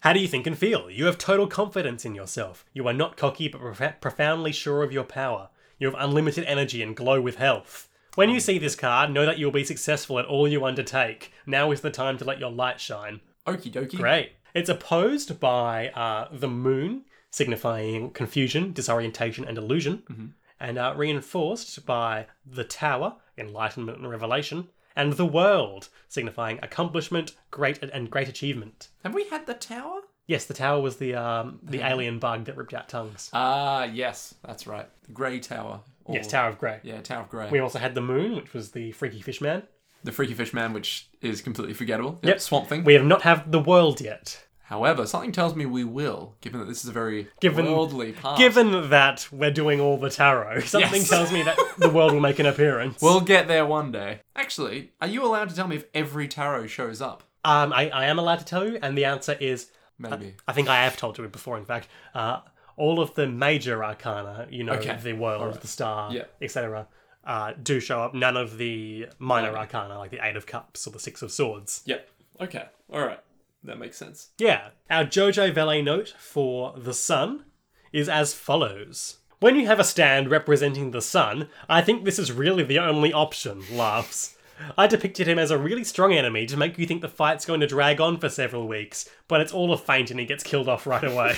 A: How do you think and feel? You have total confidence in yourself. You are not cocky, but prof- profoundly sure of your power. You have unlimited energy and glow with health. When you see this card, know that you will be successful at all you undertake. Now is the time to let your light shine.
B: Okie dokie.
A: Great. It's opposed by uh, the moon, signifying confusion, disorientation, and illusion, and uh, reinforced by the tower, enlightenment and revelation, and the world, signifying accomplishment, great and great achievement.
B: Have we had the tower?
A: Yes, the tower was the um, the alien bug that ripped out tongues.
B: Ah, yes, that's right. The Grey Tower. Or,
A: yes, Tower of Grey.
B: Oh. Yeah, Tower of Grey.
A: We also had the moon, which was the freaky fish man.
B: The Freaky Fish Man, which is completely forgettable.
A: Yep.
B: Swamp Thing.
A: We have not had the world yet.
B: However, something tells me we will, given that this is a very
A: Given-
B: worldly part.
A: Given that we're doing all the tarot, something
B: Ah. Yes.
A: tells me that the world will make an appearance.
B: We'll get there one day. Actually, are you allowed to tell me if every tarot shows up?
A: Um, I, I am allowed to tell you, and the answer is
B: Maybe.
A: I think I have told you before, in fact. Uh, all of the major arcana, you know,
B: Okay.
A: the world, the star,
B: Yeah.
A: etc., uh, do show up. None of the minor arcana, like the Eight of Cups or the Six of Swords.
B: Yep. Okay. All right. That makes sense.
A: Yeah. Our Jojo Valet note for the sun is as follows. When you have a stand representing the sun, I think this is really the only option, laughs. I depicted him as a really strong enemy to make you think the fight's going to drag on for several weeks, but it's all a feint and he gets killed off right away.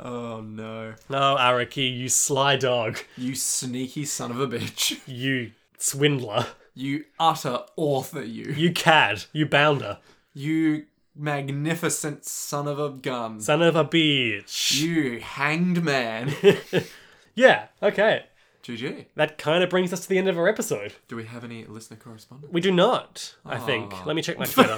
B: Oh no.
A: no, Araki, you sly dog.
B: You sneaky son of a bitch.
A: You swindler.
B: You utter author, you.
A: You cad. You bounder.
B: You magnificent son of a gun.
A: Son of a bitch.
B: You hanged man.
A: Yeah, okay.
B: GG.
A: That kind of brings us to the end of our episode.
B: Do we have any listener correspondence?
A: We do not, I think. Let me check my Twitter.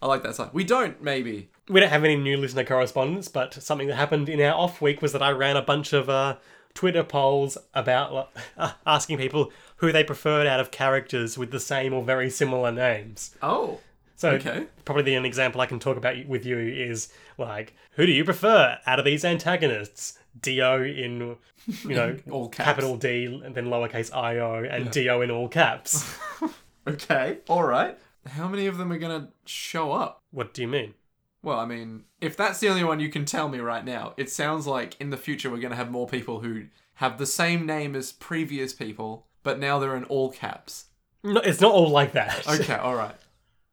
B: I like that side. We don't, maybe.
A: we don't have any new listener correspondence, but something that happened in our off week was that I ran a bunch of uh, Twitter polls about uh, asking people who they preferred out of characters with the same or very similar names.
B: Oh.
A: So
B: Okay.
A: probably the only example I can talk about with you is like, who do you prefer out of these antagonists? Dio in, you know,
B: All caps.
A: capital D and then lowercase I O and Dio in all caps.
B: Okay. All right. How many of them are going to show up?
A: what do you mean?
B: Well, I mean, if that's the only one you can tell me right now, it sounds like in the future we're going to have more people who have the same name as previous people, but now they're in all caps.
A: No, it's not all like that.
B: Okay, all right.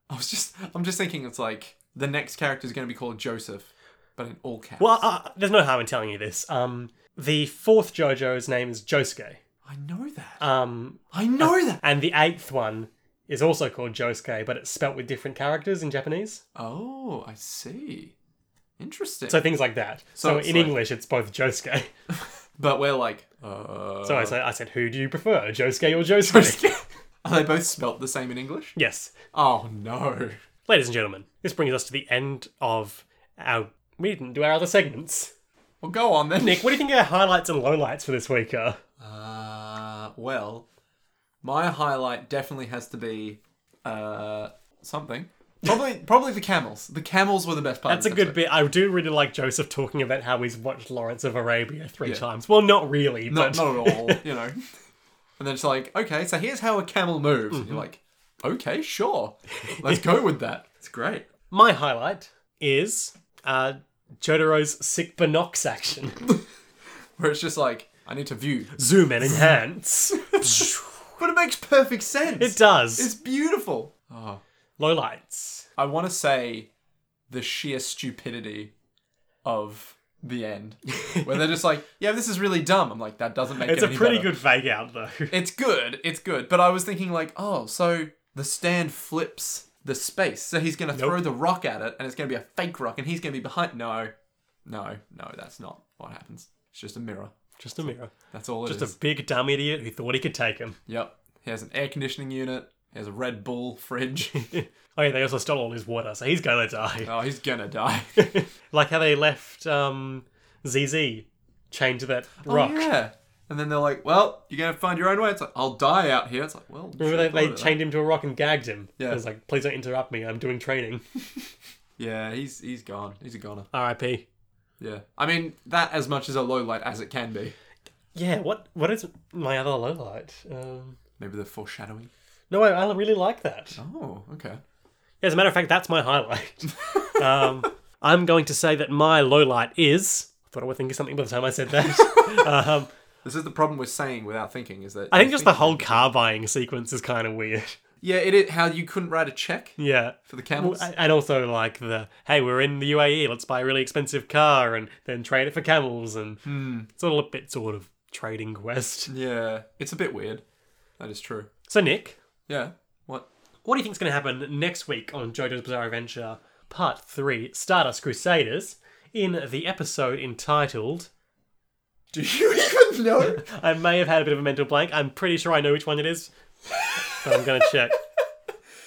B: I was just, I'm just thinking it's like the next character is going to be called Joseph, but in all caps.
A: Well, uh, there's no harm in telling you this. Um, the fourth JoJo's name is Josuke.
B: I know that.
A: Um,
B: I know that.
A: and the eighth one is also called Josuke, but it's spelt with different characters in Japanese.
B: Oh, I see. Interesting.
A: So things like that. So,
B: So it's
A: in
B: like-
A: English, it's both Josuke.
B: but we're like, uh,
A: So I said, I said, who do you prefer, Josuke or Josuke?
B: are they both spelt the same in English?
A: Yes.
B: Oh no.
A: Ladies and gentlemen, this brings us to the end of our. We didn't do our other segments.
B: Well, go on then.
A: Nick, what do you think our highlights and lowlights for this week are?
B: Uh, well, my highlight definitely has to be uh, something. Probably, probably the camels. The camels were the best part.
A: That's a
B: of this
A: good
B: episode.
A: bit. I do really like Joseph talking about how he's watched Lawrence of Arabia three times. Well, not really,
B: Not,
A: but
B: not at all, you know. And then it's like, okay, so here's how a camel moves. And you're like, okay, sure, let's go with that. It's great.
A: my highlight is uh, Jotaro's sick Binox action.
B: Where it's just like, I need to view,
A: Zoom and enhance.
B: but it makes perfect sense.
A: it does.
B: It's beautiful. Oh,
A: Lowlights.
B: I want to say the sheer stupidity of the end, where they're just like, "Yeah, this is really dumb." I'm like, "That doesn't make
A: It's
B: it
A: a
B: any
A: pretty
B: better."
A: good fake out though.
B: It's good, it's good. But I was thinking like, "Oh, so the stand flips the space, so he's gonna throw the rock at it, and it's gonna be a fake rock, and he's gonna be behind." No, no, no, that's not what happens. It's just a mirror.
A: Just a mirror.
B: That's all it is.
A: Just a big dumb idiot who thought he could take him.
B: Yep. He has an air conditioning unit. He has a Red Bull fridge.
A: Oh yeah, they also stole all his water, so he's gonna die.
B: oh, he's gonna die.
A: like how they left um, ZZ chained to that rock.
B: Oh, yeah. And then they're like, well, you're going to find your own way. It's like, I'll die out here. It's like, well,
A: Remember
B: shit,
A: they,
B: thought
A: they
B: of
A: chained him to a rock and gagged him.
B: Yeah.
A: I was like, please don't interrupt me. I'm doing training.
B: that. Yeah, he's he's gone. He's a goner.
A: R.I.P.
B: Yeah. I mean, that as much as a low light as it can be.
A: Yeah. What What is my other low light? Um,
B: Maybe the foreshadowing.
A: no, I, I really like that.
B: Oh, okay.
A: As a matter of fact, that's my highlight. um, I'm going to say that my low light is. I thought I would think of something by the time I said that. um,
B: This is the problem with saying without thinking is that
A: I think just the whole car buying sequence is kind of weird.
B: yeah, it, it how you couldn't write a check
A: Yeah.
B: for the
A: Well,
B: camels.
A: a- and also like the hey, we're in the UAE, let's buy a really expensive car and then trade it for camels, and it's all a bit sort of trading quest.
B: yeah, it's a bit weird. That is true.
A: So Nick,
B: Yeah. What?
A: what do you think's going to happen next week on JoJo's Bizarre Adventure Part Three: Stardust Crusaders? In the episode entitled,
B: Do you even know?
A: I may have had a bit of a mental blank. I'm pretty sure I know which one it is, but I'm going to check.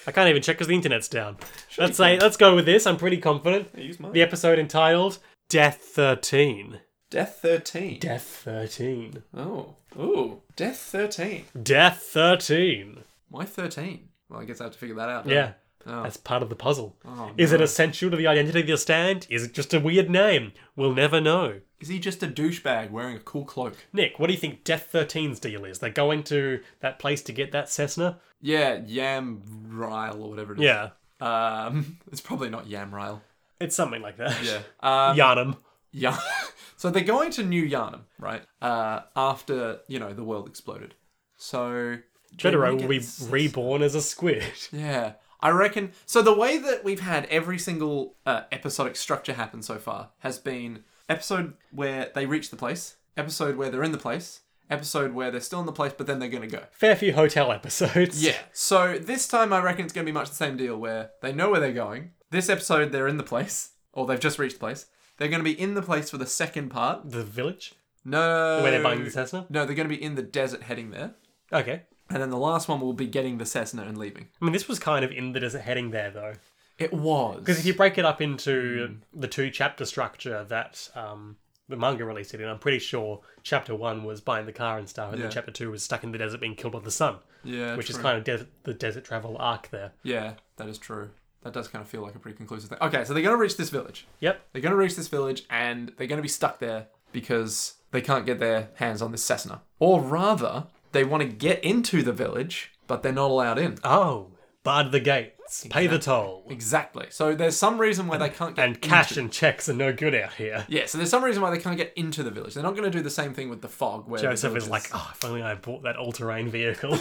A: I can't even check because the internet's down. Let's say, let's go with this. I'm pretty confident.
B: Use mine.
A: The episode entitled Death 13.
B: Death thirteen.
A: Death 13.
B: oh. Ooh. Death thirteen.
A: Death 13.
B: Why thirteen? Well, I guess I have to figure that out. don't
A: Yeah.
B: Oh.
A: That's part of the puzzle. Is it essential to the identity of the stand? Is it just a weird name? We'll never know.
B: I? Is he just a douchebag wearing a cool cloak?
A: Nick, what do you think Death 13's deal is? They're going to that place to get that Cessna?
B: Yeah, Yam Ryle or whatever it is.
A: Yeah.
B: Um, it's probably not Yam Ryle.
A: It's something like that.
B: Yeah. Um,
A: Yarnum.
B: Yeah. so they're going to New Yarnum, right? Uh, after, you know, the world exploded. So. they
A: Jotaro
B: wanna
A: will
B: get
A: be
B: this-
A: reborn as a squid.
B: Yeah. I reckon. So the way that we've had every single uh, episodic structure happen so far has been episode where they reach the place, episode where they're in the place, episode where they're still in the place, but then they're going to go.
A: Fair few hotel episodes.
B: Yeah. So this time I reckon it's going to be much the same deal where they know where they're going. This episode, they're in the place, or they've just reached the place. They're going to be in the place for the second part.
A: The village?
B: No.
A: Where they're buying the Cessna?
B: No, they're going to be in the desert heading there.
A: Okay.
B: And then the last one will be getting the Cessna and leaving.
A: I mean, this was kind of in the desert heading there, though.
B: It was.
A: Because if you break it up into
B: Hmm.
A: the two chapter structure that um, the manga released it in, I'm pretty sure chapter one was buying the car and stuff, and
B: Yeah.
A: then chapter two was stuck in the desert being killed by the sun,
B: yeah,
A: which is
B: true.
A: kind of des- the desert travel arc there.
B: Yeah, that is true. That does kind of feel like a pretty conclusive thing. Okay, so they're going to reach this village.
A: Yep.
B: They're going to reach this village and they're going to be stuck there because they can't get their hands on this Cessna. Or rather, they want to get into the village, but they're not allowed in.
A: Oh, barred the gates, pay the toll,
B: Exactly. So there's some reason why they can't get
A: and cash and checks are no good out here.
B: Yeah, so there's some reason why they can't get into the village. They're not going to do the same thing with the fog where the
A: Joseph
B: village
A: is like, oh, if only I bought that all terrain vehicle.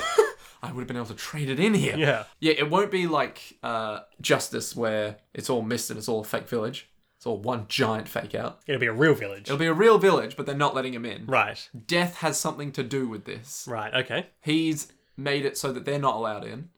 B: I would have been able to trade it in here.
A: yeah.
B: Yeah, it won't be like uh, Justice where it's all mist and it's all a fake village. It's all one giant fake out.
A: It'll be a real village.
B: It'll be a real village, but they're not letting him in.
A: Right.
B: Death has something to do with this.
A: Right. Okay.
B: He's made it so that they're not allowed in.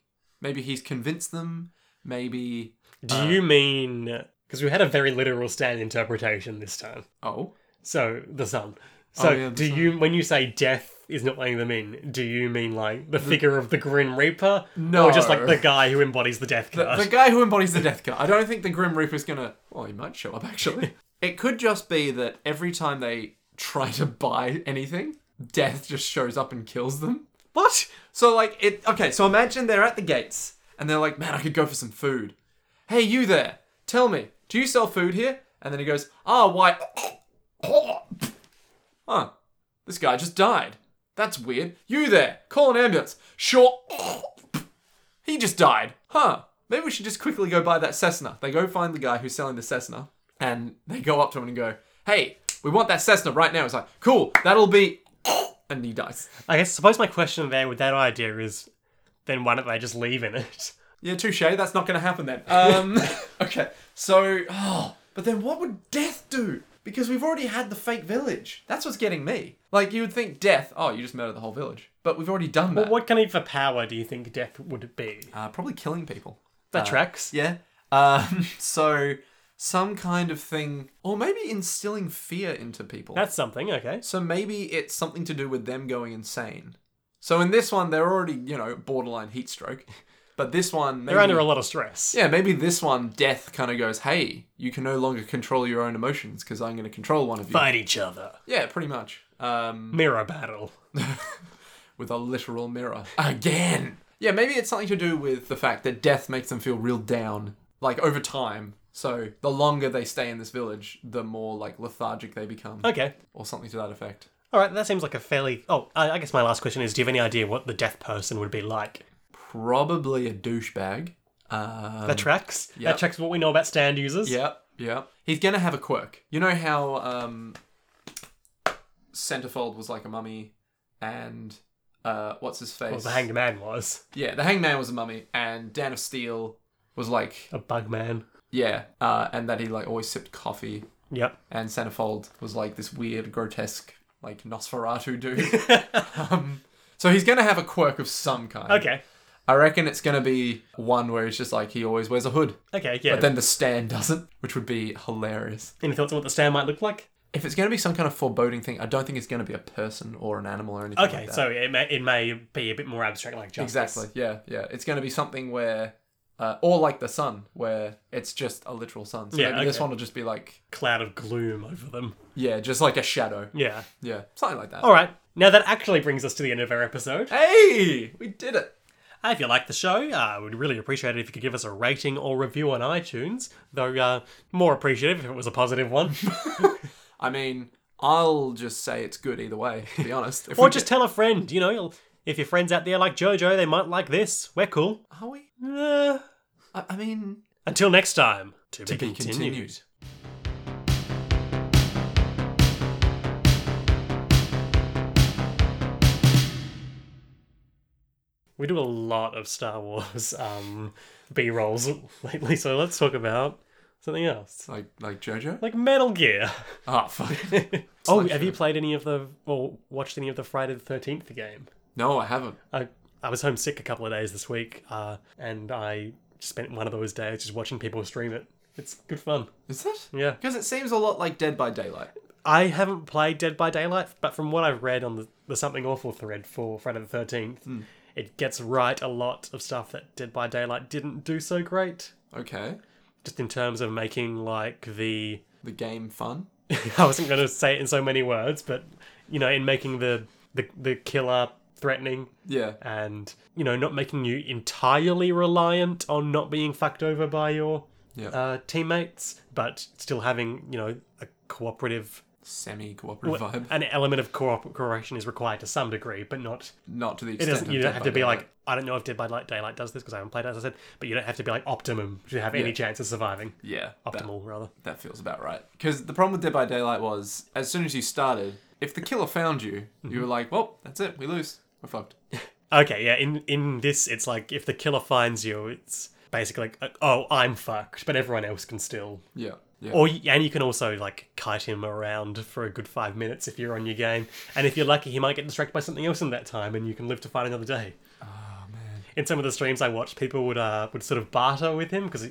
B: Maybe he's convinced them. Maybe.
A: Do you mean. Because we had a very literal stand interpretation this time.
B: Oh.
A: So the sun. So
B: yeah, the
A: do you when you say death is not letting them in, do you mean like the figure of the Grim Reaper?
B: No.
A: Or just like the guy who embodies the death card?
B: The guy who embodies the Death Card. I don't think the Grim Reaper's gonna. Well, he might show up actually. It could just be that every time they try to buy anything, Death just shows up and kills them.
A: what?
B: So like it. Okay, so imagine they're at the gates and they're like, "Man, I could go for some food." Hey, you there? Tell me, do you sell food here? And then he goes, "Ah, why?" Huh? This guy just died. That's weird. You there? Call an ambulance. Sure. He just died. Huh. Maybe we should just quickly go buy that Cessna. They go find the guy who's selling the Cessna and they go up to him and go, hey, we want that Cessna right now. It's like, cool, that'll be. And he dies.
A: I guess suppose my question there with that idea is then why don't they just leave in it?
B: Yeah, touche. That's not going to happen then. Um, okay. So, oh, but then what would death do? Because we've already had the fake village. That's what's getting me. Like you would think death. Oh, you just murdered the whole village. But we've already done that.
A: What kind of a power do you think death would be?
B: Uh, probably killing people. Uh,
A: That tracks.
B: Yeah. Um, so some kind of thing, or maybe instilling fear into people.
A: That's something, okay.
B: so maybe it's something to do with them going insane. So in this one, they're already you know borderline heat stroke, but this one maybe
A: They're under a lot of stress.
B: yeah, maybe this one, death kind of goes, hey, you can no longer control your own emotions because I'm going to control one of you.
A: Fight each other.
B: Yeah, pretty much. Um,
A: Mirror battle.
B: with a literal mirror. Again! Yeah, maybe it's something to do with the fact that death makes them feel real down, like over time. So the longer they stay in this village, the more like lethargic they become,
A: Okay.
B: or something to that effect.
A: Alright, that seems like a fairly Oh, I, I guess my last question is do you have any idea what the death person would be like?
B: Probably a douchebag. Um,
A: That tracks.
B: yeah.
A: That tracks what we know about stand users.
B: Yeah, yeah. He's gonna have a quirk. You know how um Centerfold was like a mummy and uh what's his face?
A: Well, the hanged man was
B: yeah, the hangman was a mummy and Dan of Steel was like
A: a bug man.
B: yeah, uh and that he like always sipped coffee
A: Yep.
B: and Centerfold was like this weird, grotesque, like Nosferatu dude. um so he's gonna have a quirk of some kind.
A: Okay.
B: I reckon it's gonna be one where it's just like he always wears a hood.
A: Okay. Yeah.
B: But then the stand doesn't, which would be hilarious.
A: Any thoughts on what the stand might look like?
B: If it's going to be some kind of foreboding thing, I don't think it's going to be a person or an animal or anything.
A: Okay,
B: like that.
A: so it may, it may be a bit more abstract, like justice.
B: exactly, yeah, yeah, it's going to be something where, uh, or like the sun, where it's just a literal sun. So
A: Yeah,
B: maybe this
A: okay.
B: one will just be like,
A: Cloud of gloom over them.
B: yeah, just like a shadow.
A: Yeah.
B: Yeah, something like that.
A: All right. Now that actually brings us to the end of our episode.
B: Hey, we did it.
A: If you like the show, I would really appreciate it if you could give us a rating or review on iTunes. Though uh, more appreciative if it was a positive one,
B: I mean, I'll just say it's good either way. To be honest, if
A: or
B: we
A: just tell a friend. You know, if your friends out there like JoJo, they might like this. We're cool.
B: are we?
A: Uh,
B: I, I mean,
A: until next time, to, be,
B: be
A: continued.
B: continued.
A: We do a lot of Star Wars um, B rolls lately, so let's talk about something else.
B: like like JoJo.
A: like Metal Gear.
B: Ah, fuck.
A: oh, have you played any of the or watched any of the Friday the Thirteenth game?
B: no, I haven't.
A: I I was homesick a couple of days this week, uh, and I spent one of those days just watching people stream it. It's good fun.
B: Is it?
A: Yeah,
B: Because it seems a lot like Dead by Daylight.
A: I haven't played Dead by Daylight, but from what I've read on the, the Something Awful thread for Friday the Thirteenth, it gets right a lot of stuff that Dead by Daylight didn't do so great.
B: Okay,
A: Just in terms of making like the
B: the game fun.
A: I wasn't going to say it in so many words, but you know, in making the the, the killer threatening
B: Yeah.
A: and you know not making you entirely reliant on not being fucked over by your
B: Yeah.
A: uh, teammates, but still having you know a cooperative
B: Semi cooperative vibe.
A: an element of coop- cooperation is required to some degree, but not.
B: Not to the
A: It
B: extent
A: doesn't.
B: of
A: You
B: Dead
A: don't have
B: by
A: to be
B: Daylight.
A: like I don't know if Dead by Light Daylight does this because I haven't played it, as I said, but you don't have to be like optimum to have any
B: Yeah.
A: chance of surviving.
B: yeah, that,
A: Optimal rather.
B: that feels about right. Because the problem with Dead by Daylight was as soon as you started, if the killer found you, you were like, well, that's it, we lose, we're fucked.
A: Okay, Mm-hmm. yeah. In in this, it's like if the killer finds you, it's basically like, like, oh, I'm fucked, but everyone else can still.
B: Yeah, yeah,
A: Or y- and you can also like kite him around for a good five minutes if you're on your game, and if you're lucky, he might get distracted by something else in that time, and you can live to fight another day. Oh man! In some of the streams I watched, people would uh would sort of barter with him because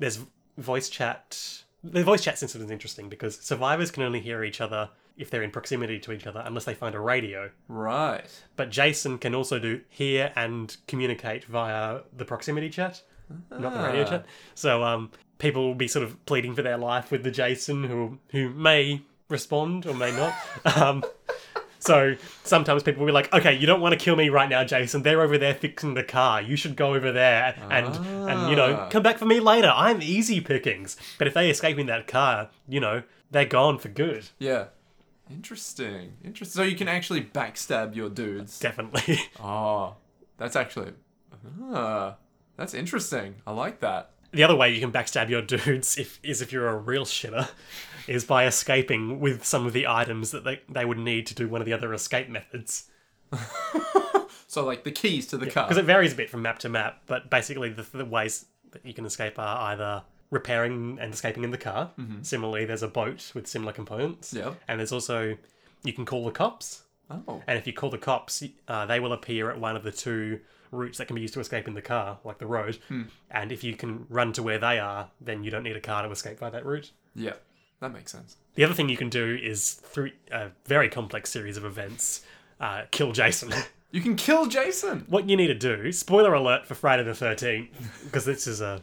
A: there's voice chat. The voice chat system is interesting because survivors can only hear each other if they're in proximity to each other unless they find a radio
B: right.
A: but Jason can also do hear and communicate via the proximity chat, not the radio
B: Ah.
A: chat. So um, people will be sort of pleading for their life with the Jason, who who may respond or may not. um, so sometimes people will be like, "Okay, you don't want to kill me right now, Jason. They're over there fixing the car. You should go over there and and you know
B: Ah.
A: come back for me later. I'm easy pickings." But if they escape in that car, you know they're gone for good.
B: Yeah. Interesting. Interesting. So you can actually backstab your dudes.
A: Definitely.
B: Oh, that's actually. Ah, that's interesting. I like that.
A: The other way you can backstab your dudes if is if you're a real shitter, is by escaping with some of the items that they, they would need to do one of the other escape methods.
B: So, like, the keys to the car.
A: Because it varies a bit from map to map, but basically the, the ways that you can escape are either repairing and escaping in the car. Similarly, there's a boat with similar components.
B: Yeah.
A: And there's also you can call the cops,
B: Oh.
A: and if you call the cops, uh, they will appear at one of the two routes that can be used to escape in the car, like the road. And if you can run to where they are, then you don't need a car to escape by that route.
B: Yeah. That makes sense.
A: The other thing you can do is through a very complex series of events, uh, kill Jason.
B: You can kill Jason.
A: what you need to do, spoiler alert for Friday the Thirteenth, because this is a,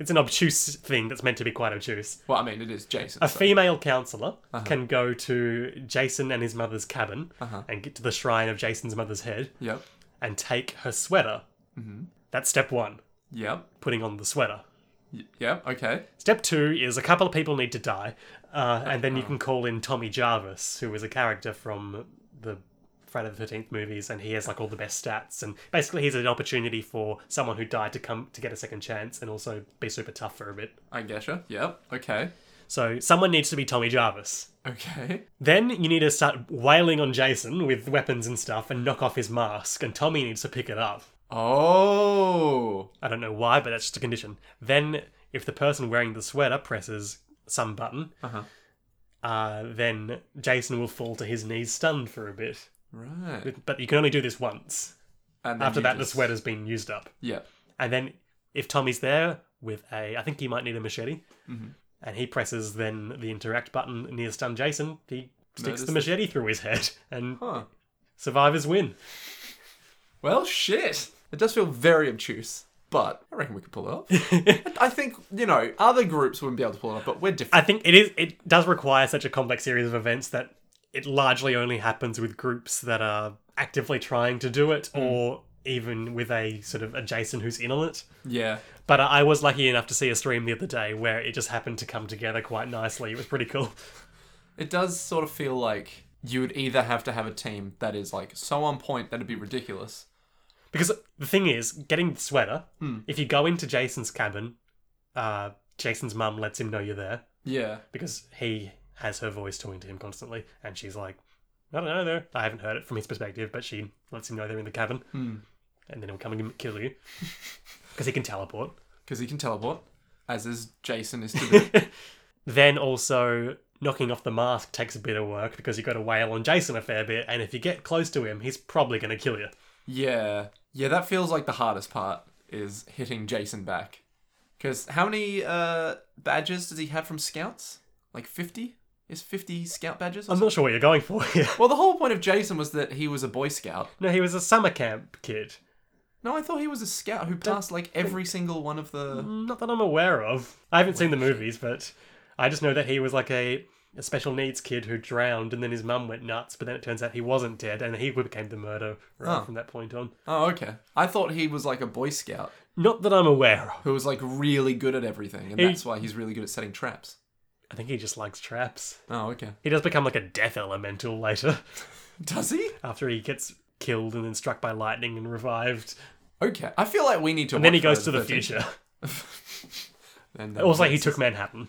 A: it's an obtuse thing that's meant to be quite obtuse.
B: Well, I mean, it is Jason.
A: A
B: so-
A: female counselor can go to Jason and his mother's cabin and get to the shrine of Jason's mother's head
B: Yep.
A: and take her sweater. That's step one,
B: Yep.
A: putting on the sweater.
B: Y- Yep. Okay.
A: Step two is a couple of people need to die, uh, and then you can call in Tommy Jarvis, who is a character from the Friday the 13th movies and he has like all the best stats. And basically, he's an opportunity for someone who died to come to get a second chance and also be super tough for a bit.
B: I getcha. Yep. Okay.
A: So, someone needs to be Tommy Jarvis.
B: Okay.
A: Then you need to start wailing on Jason with weapons and stuff and knock off his mask, and Tommy needs to pick it up.
B: Oh.
A: I don't know why, but that's just a condition. Then, if the person wearing the sweater presses some button,
B: Uh-huh.
A: uh, then Jason will fall to his knees stunned for a bit.
B: Right.
A: But you can only do this once.
B: And then
A: After
B: you
A: that,
B: just-
A: the sweater's been used up.
B: Yeah.
A: And then, if Tommy's there with a, I think he might need a machete,
B: Mm-hmm.
A: and he presses then the interact button near stun Jason, he sticks
B: Notice
A: the machete through his head, and
B: Huh.
A: survivors win.
B: Well, shit. It does feel very obtuse, but I reckon we could pull it off. I think you know other groups wouldn't be able to pull it off, but we're different.
A: I think it is. It does require such a complex series of events that it largely only happens with groups that are actively trying to do it, or even with a sort of adjacent who's in on it.
B: yeah.
A: But I I was lucky enough to see a stream the other day where it just happened to come together quite nicely. It was pretty cool.
B: It does sort of feel like you would either have to have a team that is like so on point that it'd be ridiculous.
A: Because the thing is, getting the sweater, if you go into Jason's cabin, uh, Jason's mum lets him know you're there
B: Yeah.
A: because he has her voice talking to him constantly, and she's like, I don't know, though. I haven't heard it from his perspective, but she lets him know they're in the cabin, and then he'll come and kill you because he can teleport.
B: Because he can teleport, as is Jason is to be.
A: Then also, knocking off the mask takes a bit of work because you've got to wail on Jason a fair bit, and if you get close to him, he's probably going to kill you.
B: yeah. Yeah, that feels like the hardest part is hitting Jason back. Because how many uh, badges does he have from scouts? Like 50? Is 50 scout badges? or
A: I'm not sure what you're going for here.
B: Well, the whole point of Jason was that he was a Boy Scout.
A: No, he was a summer camp kid.
B: No, I thought he was a scout who passed like every single one of the.
A: Not that I'm aware of. I haven't seen the movies, but I just know that he was like a, a special needs kid who drowned and then his mum went nuts, but then it turns out he wasn't dead and he became the murderer
B: Oh.
A: from that point on.
B: Oh, okay. I thought he was like a Boy Scout
A: Not that I'm aware of.
B: who was like really good at everything, and
A: He-
B: that's why he's really good at setting traps.
A: I think he just likes traps.
B: Oh, okay.
A: He does become like a death elemental later
B: Does he?
A: after he gets killed and then struck by lightning and revived.
B: Okay. I feel like we need to.
A: And then he goes to the future.
B: and
A: It was like he took Manhattan.